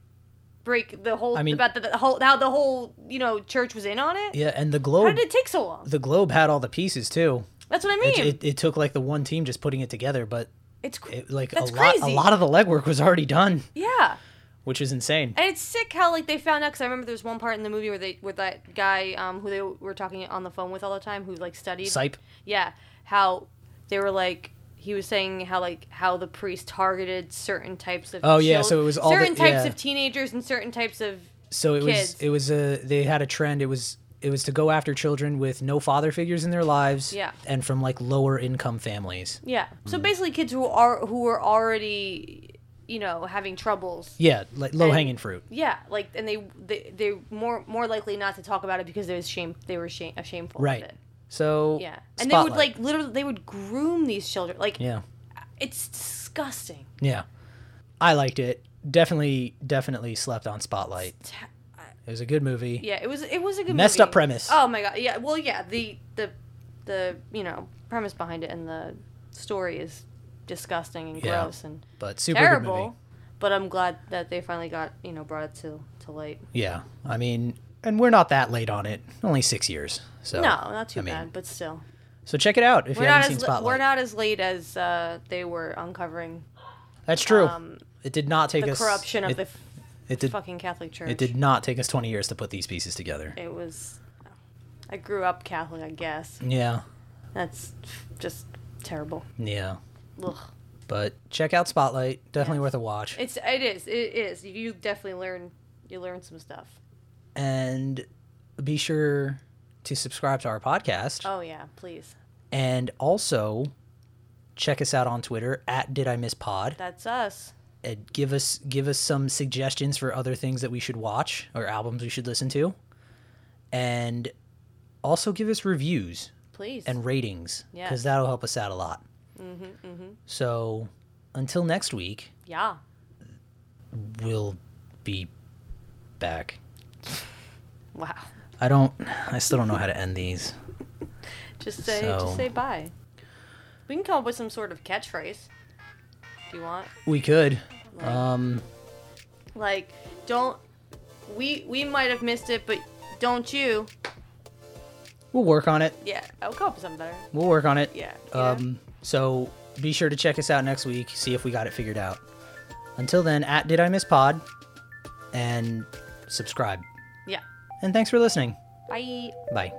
[SPEAKER 2] break the whole
[SPEAKER 1] I mean-
[SPEAKER 2] about the, the whole how the whole you know church was in on it.
[SPEAKER 1] Yeah, and the
[SPEAKER 2] How
[SPEAKER 1] Globe.
[SPEAKER 2] did it take so long?
[SPEAKER 1] The Globe had all the pieces too.
[SPEAKER 2] That's what I
[SPEAKER 1] It,
[SPEAKER 2] mean.
[SPEAKER 1] it, it took like the one team just putting it together, but
[SPEAKER 2] it's cr-
[SPEAKER 1] it, like
[SPEAKER 2] That's
[SPEAKER 1] a lot.
[SPEAKER 2] crazy.
[SPEAKER 1] A lot of the legwork was already done,
[SPEAKER 2] yeah.
[SPEAKER 1] which is insane.
[SPEAKER 2] And it's sick how like they found out because I remember there's one part in the movie where they where that guy um, who they were talking on the phone with all the time who like studied.
[SPEAKER 1] Sipe.
[SPEAKER 2] Yeah, how they were like he was saying how like how the priest targeted certain types of
[SPEAKER 1] Oh, yeah,
[SPEAKER 2] chil-
[SPEAKER 1] so it was all the-
[SPEAKER 2] certain types
[SPEAKER 1] yeah.
[SPEAKER 2] of teenagers and certain types of
[SPEAKER 1] So it
[SPEAKER 2] kids.
[SPEAKER 1] was it was a they had a trend. It was it was to go after children with no father figures in their lives.
[SPEAKER 2] Yeah.
[SPEAKER 1] And from like lower income families.
[SPEAKER 2] yeah. So
[SPEAKER 1] Mm.
[SPEAKER 2] basically, kids who are who were already you know having troubles.
[SPEAKER 1] Yeah, like low hanging fruit.
[SPEAKER 2] Yeah, like and they they they more more likely not to talk about it because they was shame they were shame shameful of
[SPEAKER 1] Right.
[SPEAKER 2] it.
[SPEAKER 1] So
[SPEAKER 2] Yeah, and they would
[SPEAKER 1] Spotlight.
[SPEAKER 2] like literally they would groom these children. Like
[SPEAKER 1] Yeah.
[SPEAKER 2] It's disgusting.
[SPEAKER 1] Yeah. I liked it. Definitely, definitely slept on Spotlight.
[SPEAKER 2] It's ha- I-
[SPEAKER 1] It was a good movie.
[SPEAKER 2] Yeah, it was it was a good
[SPEAKER 1] Messed
[SPEAKER 2] movie.
[SPEAKER 1] up premise.
[SPEAKER 2] Oh my god. Yeah. Well, yeah. The the the you know premise behind it and the story is disgusting and
[SPEAKER 1] Yeah.
[SPEAKER 2] gross and
[SPEAKER 1] but super good movie.
[SPEAKER 2] terrible. But I'm glad that they finally got you know brought it to to light.
[SPEAKER 1] Yeah. I mean, and we're not that late on it. Only six years. So
[SPEAKER 2] no, not too
[SPEAKER 1] I mean,
[SPEAKER 2] bad, but still,
[SPEAKER 1] So check it out if
[SPEAKER 2] we're
[SPEAKER 1] you
[SPEAKER 2] not
[SPEAKER 1] haven't seen
[SPEAKER 2] as li-
[SPEAKER 1] Spotlight.
[SPEAKER 2] we're not as late as uh, they were uncovering
[SPEAKER 1] That's true.
[SPEAKER 2] um,
[SPEAKER 1] it did not take
[SPEAKER 2] the
[SPEAKER 1] us
[SPEAKER 2] corruption of
[SPEAKER 1] it,
[SPEAKER 2] the f-
[SPEAKER 1] it did
[SPEAKER 2] fucking Catholic Church.
[SPEAKER 1] it did not take us twenty years to put these pieces together.
[SPEAKER 2] It was. I grew up Catholic, I guess.
[SPEAKER 1] Yeah.
[SPEAKER 2] That's just terrible.
[SPEAKER 1] Yeah.
[SPEAKER 2] Ugh.
[SPEAKER 1] But check out Spotlight. Definitely worth a watch.
[SPEAKER 2] It's it is it is. You definitely learn you learn some stuff.
[SPEAKER 1] and be sure to subscribe to our podcast.
[SPEAKER 2] Oh yeah, please.
[SPEAKER 1] And also check us out on Twitter at Did I Miss Pod.
[SPEAKER 2] That's us.
[SPEAKER 1] And give us give us some suggestions for other things that we should watch or albums we should listen to. And also give us reviews
[SPEAKER 2] Please.
[SPEAKER 1] and ratings
[SPEAKER 2] Yes. Mm-hmm,
[SPEAKER 1] because that'll help us out a lot. So until next week,
[SPEAKER 2] yeah.
[SPEAKER 1] we'll be back.
[SPEAKER 2] Wow.
[SPEAKER 1] I don't. I still don't know how to end these.
[SPEAKER 2] Just say
[SPEAKER 1] So-
[SPEAKER 2] just say bye. We can come up with some sort of catchphrase. If you want.
[SPEAKER 1] We could.
[SPEAKER 2] Like,
[SPEAKER 1] Um.
[SPEAKER 2] like don't we we might have missed it, but don't you?
[SPEAKER 1] We'll work on it.
[SPEAKER 2] Yeah, I'll come up with something better.
[SPEAKER 1] We'll work on it.
[SPEAKER 2] Yeah. you know?
[SPEAKER 1] Um. So be sure to check us out next week. See if we got it figured out. Until then, at Did I Miss Pod, and subscribe.
[SPEAKER 2] yeah.
[SPEAKER 1] And thanks for listening.
[SPEAKER 2] Bye.
[SPEAKER 1] Bye.